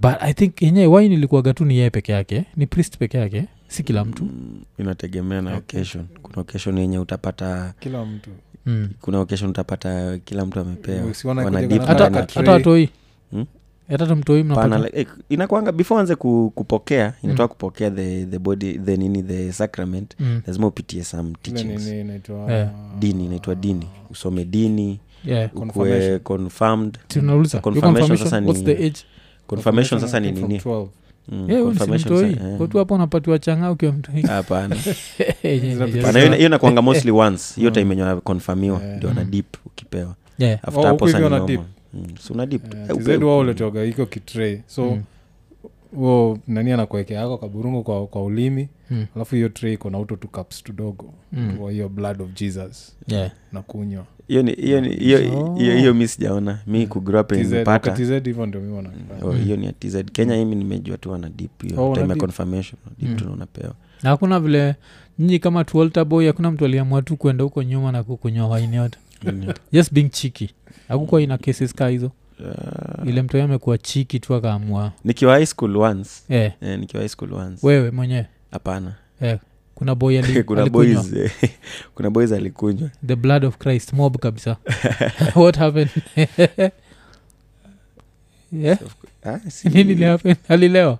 Speaker 1: but i think yenyewe wine ilikuwaga tu ni yeye peke yake ni priest peke yake si kila mtu
Speaker 3: Mm, inategemea na occasion kuna occasion yenye utapata
Speaker 2: kila mtu
Speaker 1: mm.
Speaker 3: kuna occasion utapata kila mtu amepewa
Speaker 2: Si wana-
Speaker 3: Wana
Speaker 2: kujaga
Speaker 3: dip
Speaker 2: na
Speaker 1: hata
Speaker 2: pana-
Speaker 1: hata watoi
Speaker 3: Hmm?
Speaker 1: hata tumtoi
Speaker 3: pana
Speaker 1: mnapata
Speaker 3: like, eh, inakwanga before anze ku, kupokea inatoka
Speaker 1: Mm.
Speaker 3: kupokea the, the body the nini the sacrament
Speaker 1: Mm.
Speaker 3: lazima upitie some
Speaker 2: Ile
Speaker 3: teachings
Speaker 2: nini inaitwa
Speaker 1: Eh.
Speaker 3: dini inaitwa dini usome dini
Speaker 1: yeah.
Speaker 3: ukue
Speaker 2: Confirmation.
Speaker 3: confirmed
Speaker 1: tunauliza
Speaker 3: Confirmation sasa ni-
Speaker 1: what's the age
Speaker 3: confirmation sasa ni nini
Speaker 2: 12.
Speaker 3: Mm,
Speaker 1: Eh, huyu si
Speaker 3: confirmation
Speaker 1: mtoi
Speaker 3: sasa- eh.
Speaker 1: kotu hapo unapatiwa changa ukiwa mtoi
Speaker 3: hapana
Speaker 1: Yenye-
Speaker 2: Zinapita.
Speaker 1: yenye-
Speaker 3: Hapana, hiyo- hiyo nakwanga mostly once hiyo time enye konfamiwa
Speaker 2: Mm. Yeah.
Speaker 3: ndio ana
Speaker 1: Mm.
Speaker 3: dip ukipewa
Speaker 1: Yeah.
Speaker 3: after
Speaker 2: Oh,
Speaker 3: hapo
Speaker 2: huku
Speaker 3: sasa
Speaker 2: hivi
Speaker 3: ni
Speaker 2: wana
Speaker 3: normal.
Speaker 2: dip.
Speaker 3: Mm, si una dip
Speaker 2: Eh,
Speaker 3: Eh,
Speaker 2: TZ
Speaker 3: upewe.
Speaker 2: wao uletewaga iko kitrei so
Speaker 1: Mm.
Speaker 2: wo nani anakuekea ako kaburungu kwa, kwa ulimi
Speaker 1: Mm.
Speaker 2: alafu hiyo trei iko na uto tu cups tudogo
Speaker 1: Mm.
Speaker 2: wa hiyo blood of jesus
Speaker 1: Yeah.
Speaker 2: na kunywa
Speaker 3: hiyo ni- hiyo ni- hiyo-
Speaker 1: Oh.
Speaker 3: hiyo- hiyo mi sijaona mi kugrapata
Speaker 2: tz hivyo ndio miona
Speaker 3: Oh, hiyo ni ya tz kenya himi nimejua tu ana dip hiyo
Speaker 2: Mm. Oh, wana
Speaker 3: time ya
Speaker 2: dip.
Speaker 3: confirmation dip
Speaker 1: Mm.
Speaker 3: tu unapewa
Speaker 1: na hakuna vile nyinyi kama tualtaboy hakuna mtu aliamua tu kwenda huko nyuma na kukunywa waini yote just being chiki akukuwa ina cases ka hizo
Speaker 3: Uh,
Speaker 1: ile mtoi amekuwa chiki tu akaamua
Speaker 3: nikiwa high school once
Speaker 1: eh,
Speaker 3: eh, nikiwa high school once
Speaker 1: wewe mwenyewe
Speaker 3: hapana
Speaker 1: eh, kuna boy ali,
Speaker 3: kuna
Speaker 1: alikunywa.
Speaker 3: boys eh, kuna boys alikunywa
Speaker 1: the blood of christ mob kabisa what happened yeah?
Speaker 3: Ah, si-
Speaker 1: nini lihappen alilewa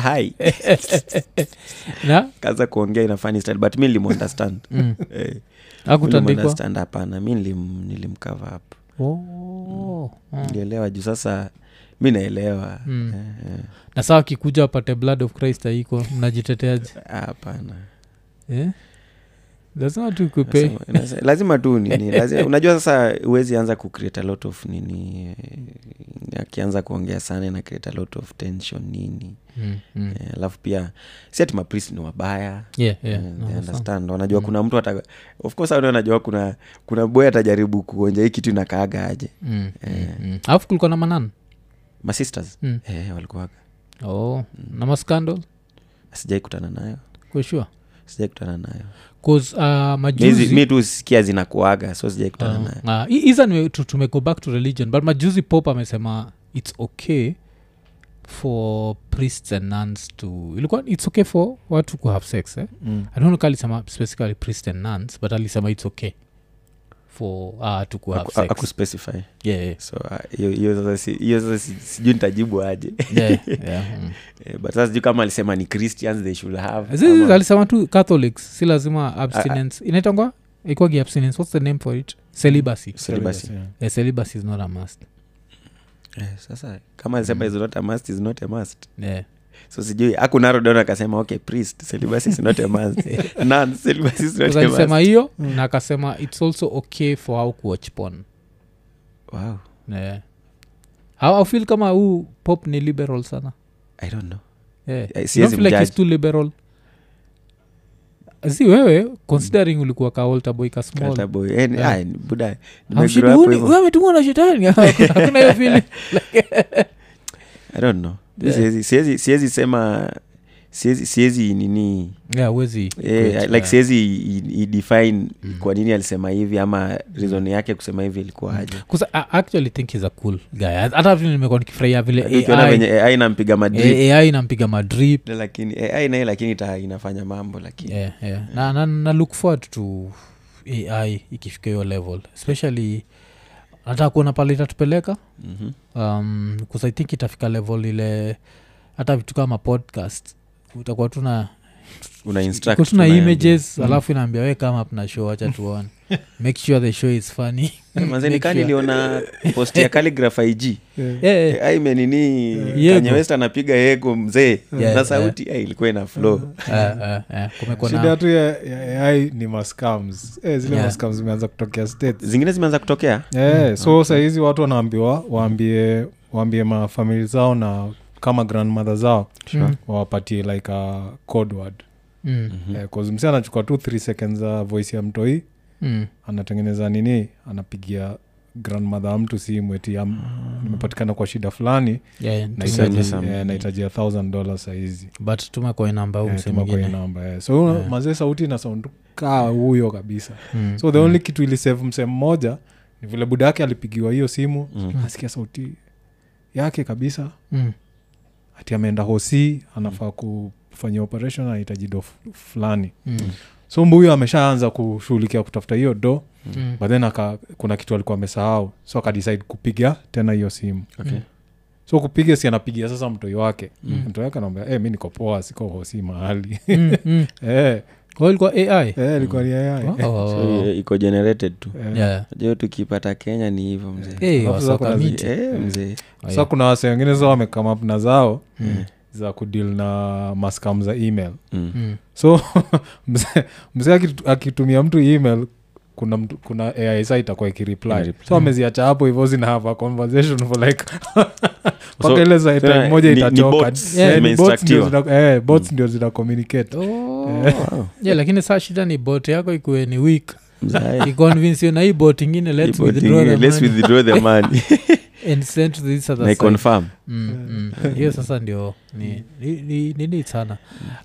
Speaker 3: hai
Speaker 1: Eh. na
Speaker 3: kaza kuongea ina funny style but mi nilimunderstand
Speaker 1: mm.
Speaker 3: Eh, mi
Speaker 1: akutandikwa
Speaker 3: nilimunderstand, hapana mi nilim- nilimcover up
Speaker 1: oh. ah.
Speaker 3: nilielewa juu sasa mi naelewa
Speaker 1: Mm.
Speaker 3: Eh, eh.
Speaker 1: na saa akikuja apate blood of christ aiko mnajiteteaje
Speaker 3: Ah, hapana
Speaker 1: Eh? lazima tu ikupe
Speaker 3: Nasema- nase- lazima tu nini lazima, unajua sasa huwezi anza kucreate a lot of nini eh, akianza kuongea sana na create a lot of tension nini
Speaker 1: Mm, mm.
Speaker 3: Eh, alafu pia si ati mapriest ni wabaya
Speaker 1: Yeah, Mm, yeah. No,
Speaker 3: Eh,
Speaker 1: Mm.
Speaker 3: they
Speaker 1: nafahamu.
Speaker 3: understand wanajua kuna mtu ata of course ane anajua kuna kuna boy atajaribu kuonja hii kitu inakaaga aje
Speaker 1: Mm, mm, mm. alafu kulikuwa na manana
Speaker 3: masisters
Speaker 1: Mm.
Speaker 3: eh, walikuwaga
Speaker 1: oh. na mascandal
Speaker 3: sijai kutana nayo
Speaker 1: kushua
Speaker 3: sijai kutana nayo
Speaker 1: bcause uh,
Speaker 3: Hizi-
Speaker 1: majuzi
Speaker 3: mi tu sikia zinakuaga so sijai kutana nayo
Speaker 1: Ah, ah, hi- hiza ni tu- tume go back to religion but majuzi pop amesema its okay for priests and nuns to ilikuwa its okay for watu ku have sex eh?
Speaker 2: Mm.
Speaker 1: i don't know ka alisema specifically priest and nuns but alisema its okay for uh, to ku have
Speaker 3: Aku-
Speaker 1: sex
Speaker 3: akuspecify
Speaker 1: yeah, yeah.
Speaker 3: so ah, hiyo hiyo sasa si- hiyo sasa si- sijui nitajibu aje
Speaker 1: Yeah, yeah, mm.
Speaker 3: Eh, but sasa sijui kama alisema ni christians they should have
Speaker 1: Zi- zi-
Speaker 3: ama-
Speaker 1: alisema tu catholics si lazima abstinence inaitangwa ikwagi abstinence whats the name for it celibacy
Speaker 3: Celibacy.
Speaker 2: Celibacy, yeah.
Speaker 1: yeah, celibacy is not a must
Speaker 3: Eh, sasa kama alisema is not a must is not a must
Speaker 1: yeah.
Speaker 3: so sijui akunarodon akasema okay priest celibacy is not a must Nun, celibacy is not a must.
Speaker 1: alisema hiyo
Speaker 2: Mm.
Speaker 1: na akasema its also okay for how kuwatch pon
Speaker 3: wow
Speaker 1: yeah. How- I feel kama huu pop ni liberal sana
Speaker 3: i don't know
Speaker 1: yeah.
Speaker 3: Eh, siwezi
Speaker 1: You don't feel like
Speaker 3: mjudge.
Speaker 1: he's too liberal si wewe considering ulikuwa ka altar boy ka small.
Speaker 3: Hata Mm. boy eh, ni-
Speaker 1: Yeah.
Speaker 3: ah, ni- buda
Speaker 1: Hamshindi
Speaker 3: nimegrow up
Speaker 1: huni,
Speaker 3: hivyo.
Speaker 1: wewe umetungwa na shetani Hakuna- hakuna hiyo feeling.
Speaker 3: i don't know
Speaker 1: Yeah.
Speaker 3: Siwezi- siwezi siwezi sema siwezi siwezi nini
Speaker 1: Yeah, huwezi
Speaker 3: eh,
Speaker 1: equate,
Speaker 3: like
Speaker 1: yeah. Mm.
Speaker 3: siwezi i- i- define kwa nini alisema hivi ama reason yake kusema hivi ilikuwa aje
Speaker 1: 'Cause I actually think he's a cool guy hata vile nimekuwa nikifurahia vile
Speaker 3: ukiona
Speaker 1: AI
Speaker 3: venye ai nampiga madrip
Speaker 1: AI inampiga madrip
Speaker 3: lakini ai naye lakini ita- inafanya mambo lakini
Speaker 1: yeah, yeah. Na, na, na look forward to ai ikifika hiyo level especially nataka kuona pale itatupeleka
Speaker 3: Mhm.
Speaker 1: um, 'cause i think itafika level ile hata vitu kama podcast utakuwa tuna
Speaker 3: una instruct,
Speaker 1: utakuwa tuna
Speaker 3: unaambia.
Speaker 1: images alafu inaambia we kama tuna show wacha tuone make sure the show is funny
Speaker 3: Eh, manze
Speaker 1: Make
Speaker 3: nikaa
Speaker 1: sure.
Speaker 3: niliona post ya Calligraph IG
Speaker 1: Eh,
Speaker 2: Yeah.
Speaker 1: eh,
Speaker 3: Eh, ai menini
Speaker 1: Yego.
Speaker 3: Kanye West anapiga yego mzee
Speaker 1: Yeah,
Speaker 3: na sauti ai ilikuwa ina flow
Speaker 1: eh, eh, eh, kumekuwa
Speaker 2: shida
Speaker 1: na
Speaker 2: tu ya- ya ai ni mascams eh, zile
Speaker 1: Yeah.
Speaker 2: mascams zimeanza kutokea states
Speaker 3: zingine zimeanza kutokea
Speaker 2: yeah, so sahizi watu wanaambiwa waambie waambie mafamili zao na kama grandmother zao
Speaker 1: Mm,
Speaker 2: wawapatie like a code word
Speaker 1: mm,
Speaker 3: Mhm.
Speaker 2: Eh, 'cause msee anachukua tu 3 seconds za voice ya mtoi
Speaker 1: mm.
Speaker 2: anatengeneza nini anapigia grandmother ya mtu simu eti am- nimepatikana kwa shida fulani
Speaker 1: Yeah, yeah,
Speaker 3: Tuseme
Speaker 2: nahitaji-
Speaker 3: some-
Speaker 2: eh, nahitaji a thousand dollar sahizi
Speaker 1: but tumekoe namba huu
Speaker 2: Eh,
Speaker 1: mse
Speaker 2: tuma kwa hiyo
Speaker 1: mwingine
Speaker 2: namba eh. so huyo
Speaker 1: Yeah.
Speaker 2: mazee sauti na sound kaa huyo kabisa
Speaker 1: Mm,
Speaker 2: so the
Speaker 1: mm.
Speaker 2: only kitu ilisave msee mmoja ni vile buda yake alipigiwa hiyo simu
Speaker 3: Mm.
Speaker 2: asikia sauti yake kabisa
Speaker 1: Mm.
Speaker 2: ati ameenda hosi anafaa kufanyia operation anahitaji do f- fulani
Speaker 1: Mm.
Speaker 2: so mbu huyo ameshaanza kushughulikia kutafuta hiyo do
Speaker 1: Mm.
Speaker 2: but then aka, kuna kitu alikuwa amesahau so akadecide kupiga tena hiyo simu
Speaker 3: Okay.
Speaker 2: so kupiga si anapigia sasa mtoi wake
Speaker 1: Mm.
Speaker 2: mtoi wake anaambia "Eh, mi niko poa siko hosi mahali
Speaker 1: Mm, mm.
Speaker 2: Eh,
Speaker 1: Kwa hiyo ilikuwa ai
Speaker 2: eh, ilikuwa ni AI.
Speaker 1: Wow.
Speaker 3: So, eh, iko generated tu
Speaker 2: Eh.
Speaker 1: oh, Yeah.
Speaker 3: najua tukipata kenya ni hivyo mzee
Speaker 1: Hey,
Speaker 2: Alafu
Speaker 1: wasaka
Speaker 2: zako na zi-
Speaker 1: miti.
Speaker 3: Eh, mzee
Speaker 1: Ah,
Speaker 2: sasa
Speaker 1: yeah.
Speaker 2: kuna wase wengine sasa wamekama na zao
Speaker 1: Mm,
Speaker 2: za kudeal na maskam za email
Speaker 3: Mm.
Speaker 1: mm.
Speaker 2: so mzee- mzee akitu- akitumia mtu email kuna mtu, kuna ai sa itakuwa ikireply
Speaker 3: Inareply.
Speaker 2: so ameziacha hapo hivo zina have a conversation for like
Speaker 3: So,
Speaker 2: mpaka ile za
Speaker 3: tena
Speaker 2: time moja
Speaker 3: ni- ni
Speaker 2: itachoka
Speaker 3: bots
Speaker 2: Eh, ni bots ndio
Speaker 3: zimeinstructiwa.
Speaker 2: zina- eh,
Speaker 3: Mm.
Speaker 2: bots ndio zina communicate
Speaker 1: Oh. Yeah, lakini saa shida ni bot yako ikuwe ni wik
Speaker 3: Mzee,
Speaker 1: Eh,
Speaker 3: ai,
Speaker 1: iconvince na hii bot ingine let's
Speaker 3: ipo
Speaker 1: withdraw
Speaker 3: thing,
Speaker 1: the
Speaker 3: let's
Speaker 1: money
Speaker 3: withdraw the money
Speaker 1: and send to this other
Speaker 3: na
Speaker 1: side.
Speaker 3: confirm
Speaker 1: Mm, mm. hiyo sasa ndio ni- ni- ni- nini sana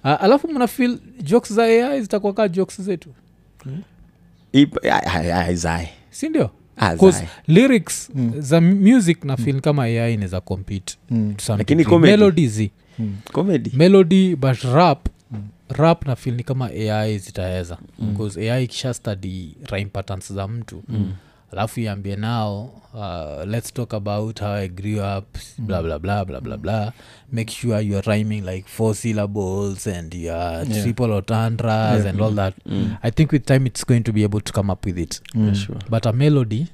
Speaker 1: Ah, alafu mna feel jokes za ai zitakuwa kaa jokes zetu
Speaker 3: Ipo- ai, ai, ai, zae.
Speaker 1: si ndio
Speaker 3: Ah,
Speaker 1: 'Cause
Speaker 3: zae.
Speaker 1: lyrics
Speaker 2: Mm.
Speaker 1: za music na feel kama ai inaweza compete
Speaker 2: Mm,
Speaker 1: to some
Speaker 3: Lakini
Speaker 1: degree.
Speaker 3: comedy.
Speaker 1: Melodies zi
Speaker 2: mm,
Speaker 3: comedy
Speaker 1: melody but rap rap na fil ni kama ai zitaweza bcause ai ikisha study rhyme patterns za mtu alafu iambie nao uh, let's talk about how i grew up bla bla bla bla bla bla make sure you are rhyming like four syllables and you are
Speaker 2: Yeah.
Speaker 1: triple otandras
Speaker 2: Yeah.
Speaker 1: and all that
Speaker 3: Mm.
Speaker 1: i think with time it's going to be able to come up with it
Speaker 2: mm.
Speaker 3: Sure.
Speaker 1: but a melody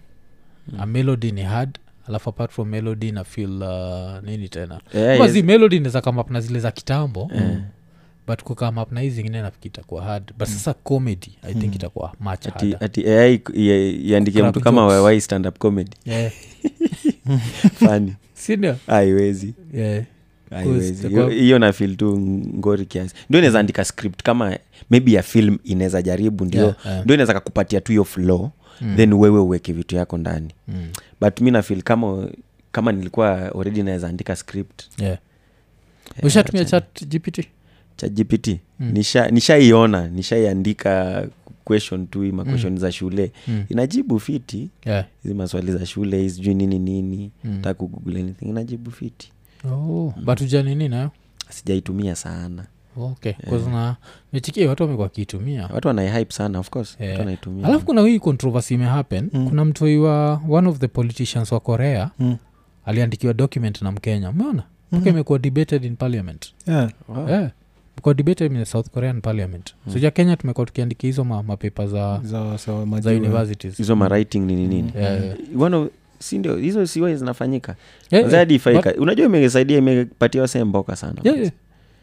Speaker 1: a melody ni hard alafu apart from melody na feel uh, nini tena
Speaker 3: Yeah,
Speaker 1: Ama
Speaker 3: yes.
Speaker 1: zi melody naeza come up na zile za
Speaker 3: Eh.
Speaker 1: kitambo but kukama up na hii zingine nafikiri itakuwa hard but sasa comedy i think itakuwa much
Speaker 3: Hmm. ati,
Speaker 1: harder
Speaker 3: ati eh, ai ia- iandikie
Speaker 1: Scrap
Speaker 3: mtu kama
Speaker 1: jokes.
Speaker 3: wawai stand up comedy
Speaker 1: yeah.
Speaker 3: fani
Speaker 1: sindio
Speaker 3: haiwezi
Speaker 1: yeah.
Speaker 3: haiwezi
Speaker 1: itakuwa-
Speaker 3: Hiyo- hiyo na fil tu ngori kiasi ndio inaweza andika script kama maybe ya film inaweza jaribu ndio
Speaker 1: Yeah, Mm. yeah. Hmm.
Speaker 3: ndio inaweza kakupatia tu hiyo flow then wewe uweke vitu yako ndani
Speaker 1: Mm.
Speaker 3: but mi nafil kama kama nilikuwa already naweza andika script
Speaker 1: yeah.
Speaker 3: eh,
Speaker 1: ushatumia Mm. chat gpt
Speaker 3: cha gpt
Speaker 1: Hmm.
Speaker 3: nisha nishaiona nishaiandika question tu hii maquestion za shule
Speaker 1: Mm.
Speaker 3: inajibu fiti
Speaker 1: yeah. Hmm.
Speaker 3: hizi maswali za shule hii sijui nini nini mm. google anything inajibu fiti
Speaker 1: oh.
Speaker 3: Hmm.
Speaker 1: but ujanini nayo
Speaker 3: sijaitumia sana
Speaker 1: okay yeah. mechikia watu wamekuwa wakiitumia
Speaker 3: watu wanaihype sana of course
Speaker 1: Eh,
Speaker 3: watu wanaitumia
Speaker 1: Ah. alafu kuna hii controversy imehappen
Speaker 3: Hmm.
Speaker 1: mm. kuna mtoi wa one of the politicians wa korea
Speaker 2: Mm.
Speaker 1: aliandikiwa document na mkenya umeona mpaka
Speaker 3: Hmm.
Speaker 1: imekuwa debated in parliament
Speaker 2: yeah.
Speaker 3: Oh.
Speaker 1: yeah. Imekuwa debated in the south korean parliament
Speaker 3: Hmm.
Speaker 1: mm. soja kenya tumekuwa tukiandikia hizo ma, mapepa za,
Speaker 2: za, za
Speaker 1: za
Speaker 2: majiwe.
Speaker 1: universities
Speaker 3: hizo mawriting nini nini
Speaker 1: Mm. Yeah, yeah.
Speaker 3: One of- si ndio hizo siwa zinafanyika
Speaker 1: Yeah, yeah.
Speaker 3: zadi
Speaker 1: But-
Speaker 3: ifaika unajua imesaidia imepatia wasee mboka sana
Speaker 1: yeah, yeah.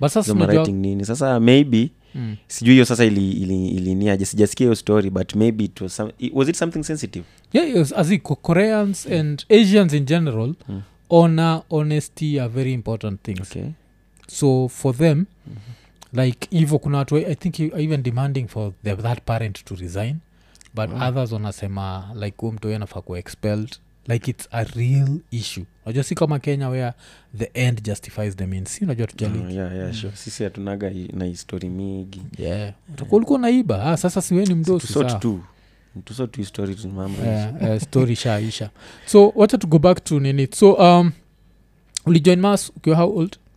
Speaker 1: but sasa
Speaker 3: hizo
Speaker 1: unajua
Speaker 3: mawriting nini sasa maybe
Speaker 1: Mm.
Speaker 3: sijui hiyo sasa iliniaje ili, ili iliniaje, sijasikia hiyo story but maybe it was, some, it- was it something sensitive
Speaker 1: yeah, yes, as in, Co- koreans and asians in general
Speaker 3: Mm.
Speaker 1: honor honesty are very important things
Speaker 3: okay.
Speaker 1: so for them like hivo kuna watu i think i- even demanding for the, that parent to resign but
Speaker 3: Wow.
Speaker 1: others wanasema like huo mtu anafaa kuwa expelled like it's a real issue unajua si kama kenya where the end justifies the means si unajua tujali
Speaker 3: Ah, yeah, yeah, sure. sisi hatunaga hi- na histori mingi
Speaker 1: yeah utakuwa ulikuwa naiba ah, sasa siweni mdosi
Speaker 3: tusot
Speaker 1: saa.
Speaker 3: tu tusot tu histori tumama
Speaker 1: Eh, eh, story shaisha so wacha to go back to nini so um ulijoin mas ukiwa how old